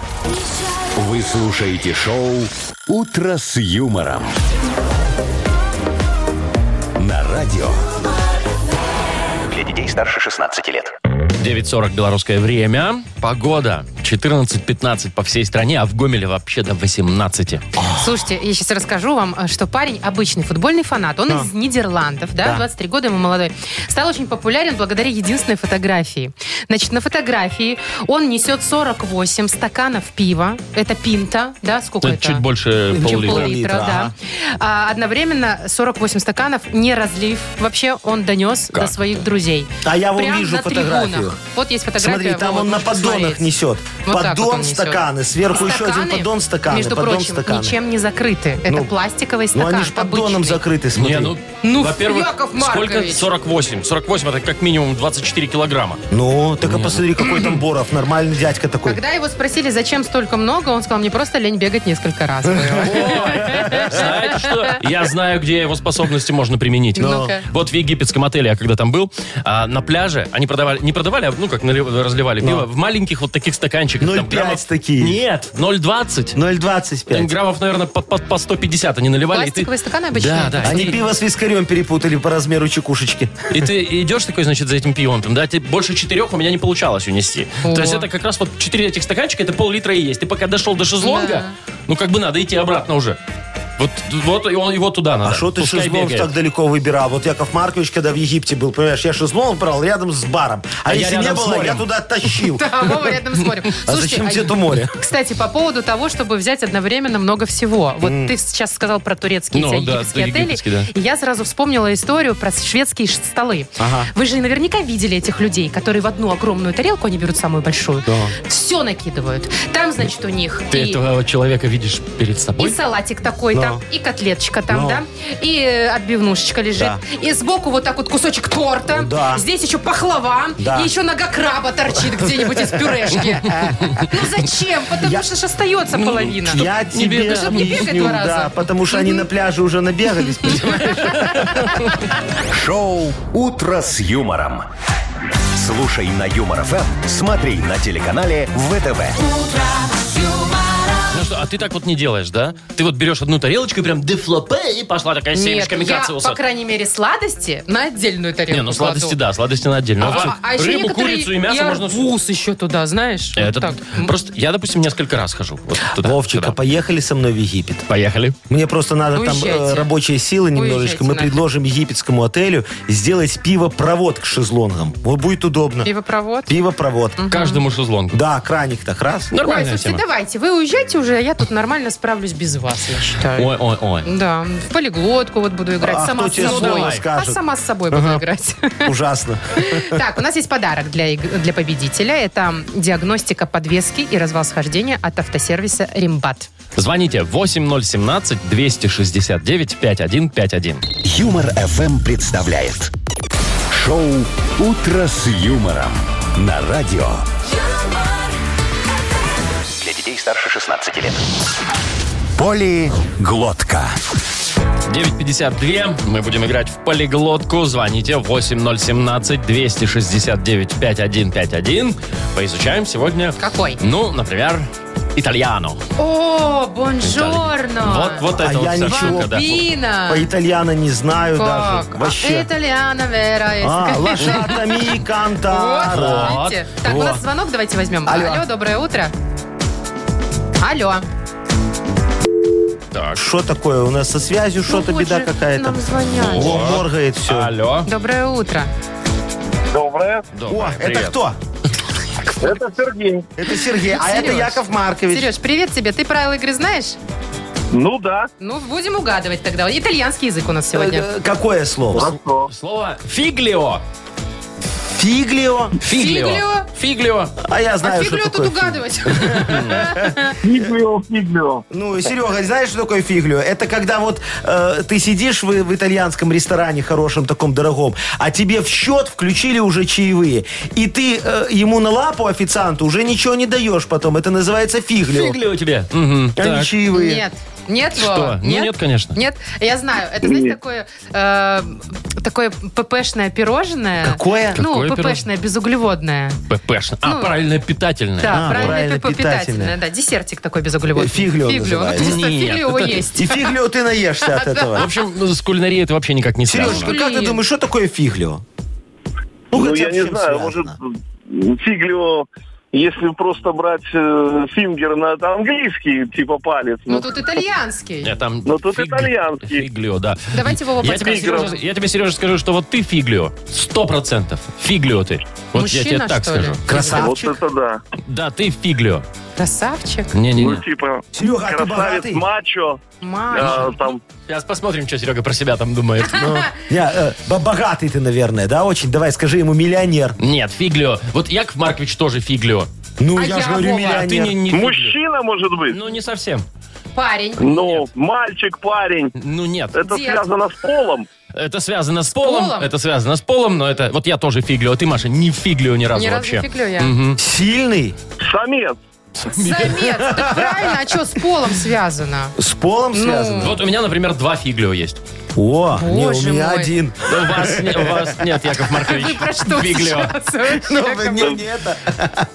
Speaker 4: Вы слушаете шоу «Утро с юмором». На радио
Speaker 5: Для детей старше 16 лет.
Speaker 1: 9.40 белорусское время. Погода 14-15 по всей стране, а в Гомеле вообще до 18.
Speaker 2: Слушайте, я сейчас расскажу вам, э, что парень обычный футбольный фанат. Он из Нидерландов, да, 23 года ему молодой. Стал очень популярен благодаря единственной фотографии. Значит, на фотографии он несет 48 стаканов пива. Это пинта, да, сколько
Speaker 1: Ну,
Speaker 2: это?
Speaker 1: чуть больше
Speaker 2: Чем
Speaker 1: пол-литра.
Speaker 3: пол-литра,
Speaker 2: да.
Speaker 3: ага.
Speaker 2: А, одновременно 48 стаканов, не разлив. Вообще он донес
Speaker 1: Как
Speaker 2: до своих друзей.
Speaker 3: А я вон
Speaker 2: Прям
Speaker 3: вижу
Speaker 2: на
Speaker 3: фотографию.
Speaker 2: трибунах. Вот есть фотография.
Speaker 3: Смотри, там
Speaker 2: Вова,
Speaker 3: он на
Speaker 2: можешь
Speaker 3: поддонах
Speaker 2: посмотреть.
Speaker 3: несет.
Speaker 2: Вот так вот он
Speaker 3: Поддон,
Speaker 2: несет.
Speaker 3: стаканы. Сверху еще один
Speaker 2: Стаканы,
Speaker 3: поддон, стаканы.
Speaker 2: Между
Speaker 3: Поддон,
Speaker 2: прочим,
Speaker 3: стаканы.
Speaker 2: ничем не закрыты. Это
Speaker 3: Ну,
Speaker 2: пластиковый
Speaker 3: Ну
Speaker 2: стакан.
Speaker 3: они же поддоном
Speaker 2: обычный.
Speaker 3: закрыты, смотри.
Speaker 1: Не, ну,
Speaker 2: Ну,
Speaker 1: во-первых,
Speaker 2: Яков
Speaker 1: сколько?
Speaker 2: Маркович.
Speaker 1: 48. 48 это как минимум 24 килограмма.
Speaker 3: Ну, так а посмотри, какой там Боров. Нормальный дядька такой.
Speaker 2: Когда его спросили, зачем столько много, он сказал, мне просто лень бегать несколько раз.
Speaker 1: Знаете что? Я знаю, где его способности можно применить.
Speaker 2: Ну-ка.
Speaker 1: Вот в египетском отеле я когда там был, а, на пляже они продавали, не продавали, а ну как налив- разливали пиво, в маленьких вот таких стаканчиках. там
Speaker 3: 0,5
Speaker 1: граммов-
Speaker 3: такие.
Speaker 1: Нет, 0,20. Там
Speaker 3: 0,25.
Speaker 1: граммов, наверное, по, по- по 150 они наливали. и ты-
Speaker 2: Пластиковые стаканы обычные?
Speaker 1: Да, да.
Speaker 3: Они
Speaker 1: И-
Speaker 3: пиво с вискарем перепутали по размеру чекушечки.
Speaker 1: И ты идешь такой, значит, за этим пивом, там, да, тебе больше четырех у меня не получалось унести.
Speaker 2: О.
Speaker 1: То есть это как раз вот четыре этих стаканчика, это пол-литра и есть. Ты пока дошел до шезлонга, ну как бы надо идти обратно уже. Вот, вот и он, его туда надо.
Speaker 3: А что ты
Speaker 1: Пускай
Speaker 3: шезлонг
Speaker 1: бегает.
Speaker 3: так далеко выбирал? Вот Яков Маркович, когда в Египте был, понимаешь, я шезлонг брал рядом с баром. А,
Speaker 1: А я
Speaker 3: если не
Speaker 1: рядом с
Speaker 3: было, я
Speaker 1: морем.
Speaker 3: туда тащил.
Speaker 2: А Вова рядом с морем.
Speaker 3: А
Speaker 2: Слушайте,
Speaker 3: зачем тебе то море?
Speaker 2: Кстати, по поводу того, чтобы взять одновременно много всего. Вот ты сейчас сказал про турецкие
Speaker 1: Ну
Speaker 2: эти
Speaker 1: да,
Speaker 2: египетские
Speaker 1: да,
Speaker 2: отели.
Speaker 1: египетские, да.
Speaker 2: И я сразу вспомнила историю про шведские ш- столы. Вы же наверняка видели этих людей, которые в одну огромную тарелку, они берут самую большую, все накидывают. Там, значит, у них
Speaker 1: Ты
Speaker 2: и
Speaker 1: этого человека видишь перед
Speaker 2: И
Speaker 1: собой?
Speaker 2: салатик такой там, и котлеточка там,
Speaker 3: Ну.
Speaker 2: да, и э, отбивнушечка лежит,
Speaker 3: Да.
Speaker 2: и сбоку вот так вот кусочек торта,
Speaker 3: Ну, да.
Speaker 2: здесь еще пахлава,
Speaker 3: Да.
Speaker 2: и еще нога краба торчит где-нибудь из пюрешки. Ну зачем? Потому
Speaker 3: Я-
Speaker 2: что ж остается половина.
Speaker 3: Я
Speaker 1: не
Speaker 3: тебе
Speaker 1: бегать.
Speaker 2: Чтоб не бегать
Speaker 3: объясню,
Speaker 2: два раза.
Speaker 3: да, потому что они на пляже уже набегались.
Speaker 4: Шоу «Утро с юмором». Слушай на Юмор ФМ, смотри на телеканале ВТВ.
Speaker 1: Ну что, а ты так вот не делаешь, да? Ты вот берешь одну тарелочку и прям дефлопе, и пошла такая
Speaker 2: Нет,
Speaker 1: семечка
Speaker 2: я,
Speaker 1: микациуса.
Speaker 2: по крайней мере, сладости на отдельную тарелку
Speaker 1: Не, ну сладости,
Speaker 2: кладу.
Speaker 1: да, сладости на отдельно. А вот
Speaker 2: А, а еще
Speaker 1: рыбу,
Speaker 2: некоторые
Speaker 1: курицу и мясо можно... с-
Speaker 2: арбуз еще туда, знаешь? вот
Speaker 1: Это
Speaker 2: так.
Speaker 1: просто... Я, допустим, несколько раз хожу. Вот туда,
Speaker 3: Вовчика,
Speaker 1: сюда.
Speaker 3: поехали со мной в Египет.
Speaker 1: Поехали.
Speaker 3: Мне просто надо там
Speaker 2: Уезжайте.
Speaker 3: э, рабочие силы
Speaker 2: Уезжайте
Speaker 3: немножечко. Мы
Speaker 2: нафиг.
Speaker 3: предложим египетскому отелю сделать пиво-провод к шезлонгам. Вот будет удобно.
Speaker 2: Пивопровод.
Speaker 3: Пиво-провод.
Speaker 1: Каждому шезлонгу.
Speaker 3: Да, краник так раз.
Speaker 2: Ой,
Speaker 1: Нормальная
Speaker 2: слушайте,
Speaker 1: тема.
Speaker 2: давайте, вы уезжайте уже, а я тут нормально справлюсь без вас, я считаю.
Speaker 1: Ой, ой, ой.
Speaker 2: Да, в полиглотку вот буду играть.
Speaker 3: А
Speaker 2: сама
Speaker 3: кто
Speaker 2: с
Speaker 3: тебе
Speaker 2: собой.
Speaker 3: слово
Speaker 2: а
Speaker 3: скажет?
Speaker 2: сама с собой буду играть.
Speaker 3: Ужасно.
Speaker 2: Так, у нас есть подарок для, иг- для победителя. Это диагностика подвески и развал схождения от автосервиса «Римбат».
Speaker 1: Звоните 8017 269 5151.
Speaker 4: Юмор ФМ представляет. Шоу «Утро с юмором» на радио.
Speaker 5: Для детей старше 16 лет.
Speaker 4: Полиглотка.
Speaker 1: 952. Мы будем играть в полиглотку. Звоните 8017 269 5151. Поизучаем сегодня.
Speaker 2: Какой?
Speaker 1: Ну, например, итальяно.
Speaker 2: О, бонжорно!
Speaker 1: Вот, вот это
Speaker 3: А
Speaker 1: вот
Speaker 3: я
Speaker 1: вся
Speaker 3: ничего.
Speaker 1: штука, да.
Speaker 2: Бомбина!
Speaker 3: По-итальяно не знаю даже.
Speaker 2: Как?
Speaker 3: Вообще.
Speaker 2: Итальяна Вера. если
Speaker 3: А,
Speaker 2: конечно.
Speaker 3: лошата ми кантара.
Speaker 2: Вот, видите. Так, у
Speaker 3: Вот.
Speaker 2: нас звонок, давайте возьмем.
Speaker 3: Алло.
Speaker 2: Алло, доброе утро. Алло.
Speaker 1: Так,
Speaker 3: Что такое? У нас со связью что-то
Speaker 2: Ну,
Speaker 3: беда
Speaker 2: вот же
Speaker 3: какая-то.
Speaker 2: Нам звонят.
Speaker 3: О, моргает все.
Speaker 1: алло.
Speaker 2: Доброе утро.
Speaker 7: Доброе.
Speaker 3: О,
Speaker 1: Доброе,
Speaker 3: это
Speaker 1: привет.
Speaker 3: кто?
Speaker 7: Это Сергей.
Speaker 3: Это Сергей, а это
Speaker 2: Сереж.
Speaker 3: Яков Маркович.
Speaker 2: Сереж, привет тебе. Ты правила игры знаешь?
Speaker 7: Ну да.
Speaker 2: Ну, будем угадывать тогда. Итальянский язык у нас сегодня.
Speaker 3: Э, э, Какое слово?
Speaker 7: Хорошо.
Speaker 1: Слово фиглио.
Speaker 3: Фиглио?
Speaker 1: Фиглио. Фиглио.
Speaker 3: А я
Speaker 2: А
Speaker 3: знаю, что
Speaker 2: фиглю тут
Speaker 3: такое фиглио.
Speaker 2: угадывать.
Speaker 7: Фиглио, фиглио.
Speaker 3: Ну, Серега, знаешь, что такое фиглио? Это когда вот э, ты сидишь в, в итальянском ресторане хорошем, таком дорогом, а тебе в счет включили уже чаевые. И ты э, ему на лапу официанту уже ничего не даешь потом. Это называется фиглио.
Speaker 1: Фиглио тебе. Мгм,
Speaker 3: А не
Speaker 1: так.
Speaker 3: чаевые.
Speaker 2: Нет. Нет,
Speaker 1: Что?
Speaker 2: Вова?
Speaker 1: Ну, нет, конечно.
Speaker 2: Нет, я знаю. Это, знаете, такое, э, такое ППшное пирожное.
Speaker 3: Какое?
Speaker 2: Ну,
Speaker 1: Какое
Speaker 2: ППшное, безуглеводное.
Speaker 1: ППшное. А,
Speaker 2: Ну,
Speaker 1: правильно, питательное.
Speaker 2: Да,
Speaker 3: А,
Speaker 2: правильно,
Speaker 3: правильно,
Speaker 2: ПП питательное.
Speaker 3: питательное.
Speaker 2: Да, десертик такой безуглеводный.
Speaker 3: Э, фиглио
Speaker 2: Фиглио. Ну,
Speaker 3: называется.
Speaker 2: просто
Speaker 1: Нет,
Speaker 2: фиглио его
Speaker 1: это-
Speaker 2: есть.
Speaker 3: И фиглио ты наешься от
Speaker 1: В
Speaker 3: этого.
Speaker 1: общем, ну, с кулинарией это вообще никак не связано.
Speaker 3: Сережечка, как ты
Speaker 2: Блин.
Speaker 3: думаешь, что такое фиглио?
Speaker 7: Ну,
Speaker 3: хотя
Speaker 7: я
Speaker 3: бы
Speaker 7: не
Speaker 3: чем
Speaker 7: знаю,
Speaker 3: связано?
Speaker 7: может, фиглио, если просто брать э, фингер на это английский, типа палец,
Speaker 2: Ну
Speaker 7: ну,
Speaker 2: тут итальянский.
Speaker 1: Я там
Speaker 7: Ну, тут итальянский.
Speaker 1: Фиглио, да.
Speaker 2: Давайте Вова
Speaker 1: Я тебе,
Speaker 2: подскажем.
Speaker 1: Сережа, я тебе, Сережа, скажу, что вот ты фиглио. Сто процентов. Фиглио ты. Вот я тебе
Speaker 2: Мужчина,
Speaker 1: так
Speaker 2: что ли?
Speaker 1: скажу.
Speaker 7: вот
Speaker 3: Красавчик.
Speaker 7: это да.
Speaker 1: Да, ты фиглио.
Speaker 2: Красавчик.
Speaker 7: Ну,
Speaker 1: Не-не-не.
Speaker 7: типа,
Speaker 3: Серега, а ты
Speaker 7: красавец,
Speaker 3: богатый?
Speaker 7: мачо,
Speaker 2: Мама.
Speaker 7: э, там,
Speaker 1: Сейчас посмотрим, что Серега про себя там думает. Ну.
Speaker 3: Не, э, бо- богатый ты, наверное, да, очень? Давай, скажи ему миллионер.
Speaker 1: Нет, фиглио. Вот Яков Маркович тоже фиглио.
Speaker 3: Ну,
Speaker 2: А
Speaker 3: я,
Speaker 2: я,
Speaker 3: же говорю
Speaker 2: Вова, а
Speaker 1: А ты
Speaker 3: миллионер.
Speaker 1: не, не фиглио.
Speaker 7: мужчина, может быть?
Speaker 1: Ну, не совсем.
Speaker 2: Парень.
Speaker 7: Ну, мальчик, парень.
Speaker 1: Ну, нет.
Speaker 7: Это
Speaker 2: Дед.
Speaker 7: связано с полом.
Speaker 1: Это связано с полом.
Speaker 2: полом?
Speaker 1: Это связано с полом, но это... Вот я тоже фиглио. Ты, Маша, не фиглио ни разу
Speaker 2: Ни разу
Speaker 1: вообще.
Speaker 2: не фиглю я.
Speaker 1: Мгм.
Speaker 3: Сильный,
Speaker 7: Самец.
Speaker 2: Самец. Так правильно, а что с полом связано?
Speaker 3: с полом
Speaker 2: Ну,
Speaker 3: связан.
Speaker 1: Вот у меня, например, два фиглио есть.
Speaker 3: О, не, у
Speaker 2: Боже
Speaker 3: меня
Speaker 2: мой.
Speaker 3: один.
Speaker 1: Да У вас, не- у вас нет, Яков Маркович.
Speaker 2: Вы про что
Speaker 1: Фиглио.
Speaker 2: сейчас вообще?
Speaker 3: Ну, не, не это.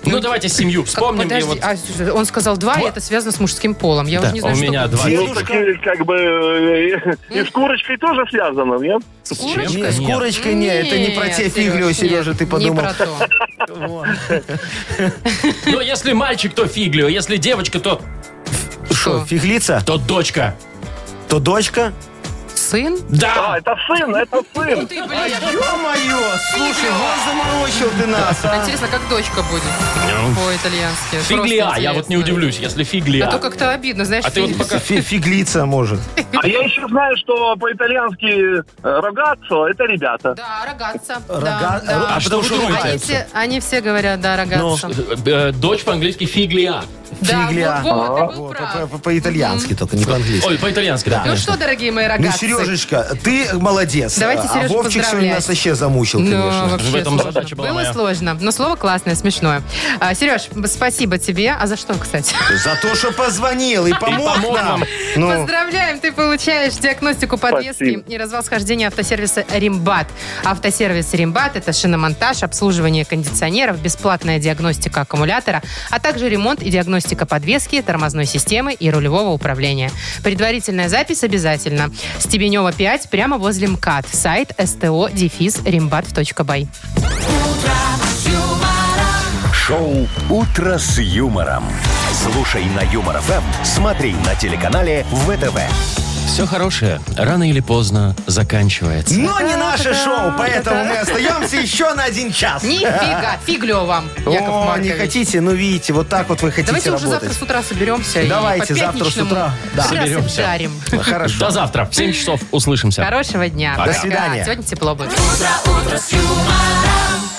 Speaker 1: Ну, давайте семью вспомним. и
Speaker 2: Подожди,
Speaker 1: вот- а
Speaker 2: а, слушай, он сказал два, и это связано с мужским полом. Я уже не знаю,
Speaker 1: у
Speaker 2: что
Speaker 1: меня
Speaker 2: будет.
Speaker 1: два.
Speaker 7: Ну, так, э, как бы, э, и с курочкой тоже связано, нет?
Speaker 2: С
Speaker 1: Чем?
Speaker 2: курочкой?
Speaker 3: Не, с
Speaker 1: Нет.
Speaker 3: курочкой не, это не про те
Speaker 2: Нет,
Speaker 3: фиглю,
Speaker 2: Сереж,
Speaker 3: Сережа,
Speaker 2: нет,
Speaker 3: ты подумал.
Speaker 2: Не про то.
Speaker 3: Вот.
Speaker 1: Ну, если мальчик, то фиглио. Если девочка, то,
Speaker 3: Что,
Speaker 2: Что?
Speaker 3: фиглица,
Speaker 1: то дочка.
Speaker 3: то дочка.
Speaker 2: Сын?
Speaker 7: А,
Speaker 1: Да!
Speaker 7: это сын, это сын.
Speaker 2: Ты,
Speaker 3: А,
Speaker 2: блин,
Speaker 3: ё-моё, слушай, вот заморочил ты нас, а.
Speaker 2: интересно, как дочка будет по-итальянски.
Speaker 1: Фиглиа.
Speaker 2: Просто
Speaker 1: Ну. а, Я вот не
Speaker 2: интересно.
Speaker 1: удивлюсь, если
Speaker 2: А то
Speaker 1: фиглиа.
Speaker 2: как-то обидно, знаешь,
Speaker 1: А ты вот
Speaker 2: фиг-
Speaker 1: пока-
Speaker 3: Фи- Фиглица, может.
Speaker 7: А я еще знаю, что по-итальянски э, рогаццо – это ребята.
Speaker 2: Да, рогаца.
Speaker 3: Рога-
Speaker 2: Да, да.
Speaker 3: А потому что
Speaker 2: Они
Speaker 3: ругаются.
Speaker 2: все, они все говорят, да, рогаца.
Speaker 1: Э, Дочь по-английски фиглиа.
Speaker 2: да,
Speaker 3: фигля.
Speaker 2: вот, Вова, ты был
Speaker 3: Вот,
Speaker 2: прав.
Speaker 3: по- по- По-итальянски только, не по-английски.
Speaker 1: Ой, по-итальянски, да.
Speaker 2: Ну что, дорогие мои
Speaker 3: Ну,
Speaker 2: рогатцы.
Speaker 3: Сережечка, ты молодец.
Speaker 2: Давайте
Speaker 3: а
Speaker 2: Сережу
Speaker 3: Вовчик сегодня
Speaker 2: поздравлять.
Speaker 3: нас вообще замучил,
Speaker 2: Ну,
Speaker 3: конечно.
Speaker 2: вообще
Speaker 1: В этом
Speaker 2: сложно.
Speaker 1: задача была
Speaker 2: Было
Speaker 1: моя.
Speaker 2: сложно, но слово классное, смешное. А, Сереж, спасибо тебе. А за что, кстати?
Speaker 3: За то, что позвонил и помог
Speaker 1: помог
Speaker 3: нам.
Speaker 1: вам.
Speaker 3: Ну,
Speaker 2: Поздравляем, ты получаешь диагностику подвески
Speaker 7: Спасибо.
Speaker 2: и развал схождения автосервиса «Римбат». Автосервис «Римбат» — это шиномонтаж, обслуживание кондиционеров, бесплатная диагностика аккумулятора, а также ремонт и диагностика подвески, тормозной системы и рулевого управления. Предварительная запись обязательно. Стебенева 5, прямо возле МКАД. Сайт sto дефис rimbat.by.
Speaker 4: Шоу «Утро с юмором». Слушай на Юмор ФМ, смотри на телеканале ВТВ.
Speaker 1: Все хорошее рано или поздно заканчивается.
Speaker 3: но не наше шоу, поэтому мы остаемся еще на один час.
Speaker 2: Нифига, фиглю вам, Яков
Speaker 3: О, не
Speaker 2: Маркович.
Speaker 3: хотите? Ну, видите, вот так вот вы хотите
Speaker 2: Давайте уже завтра
Speaker 3: работать.
Speaker 2: с утра соберемся.
Speaker 3: Давайте
Speaker 2: и по
Speaker 3: завтра с утра, да.
Speaker 1: Соберемся.
Speaker 2: Соберемся.
Speaker 3: Хорошо.
Speaker 1: До завтра. В 7 часов услышимся.
Speaker 2: Хорошего дня.
Speaker 3: До свидания.
Speaker 2: Сегодня тепло будет.
Speaker 10: утро, утро с юмором.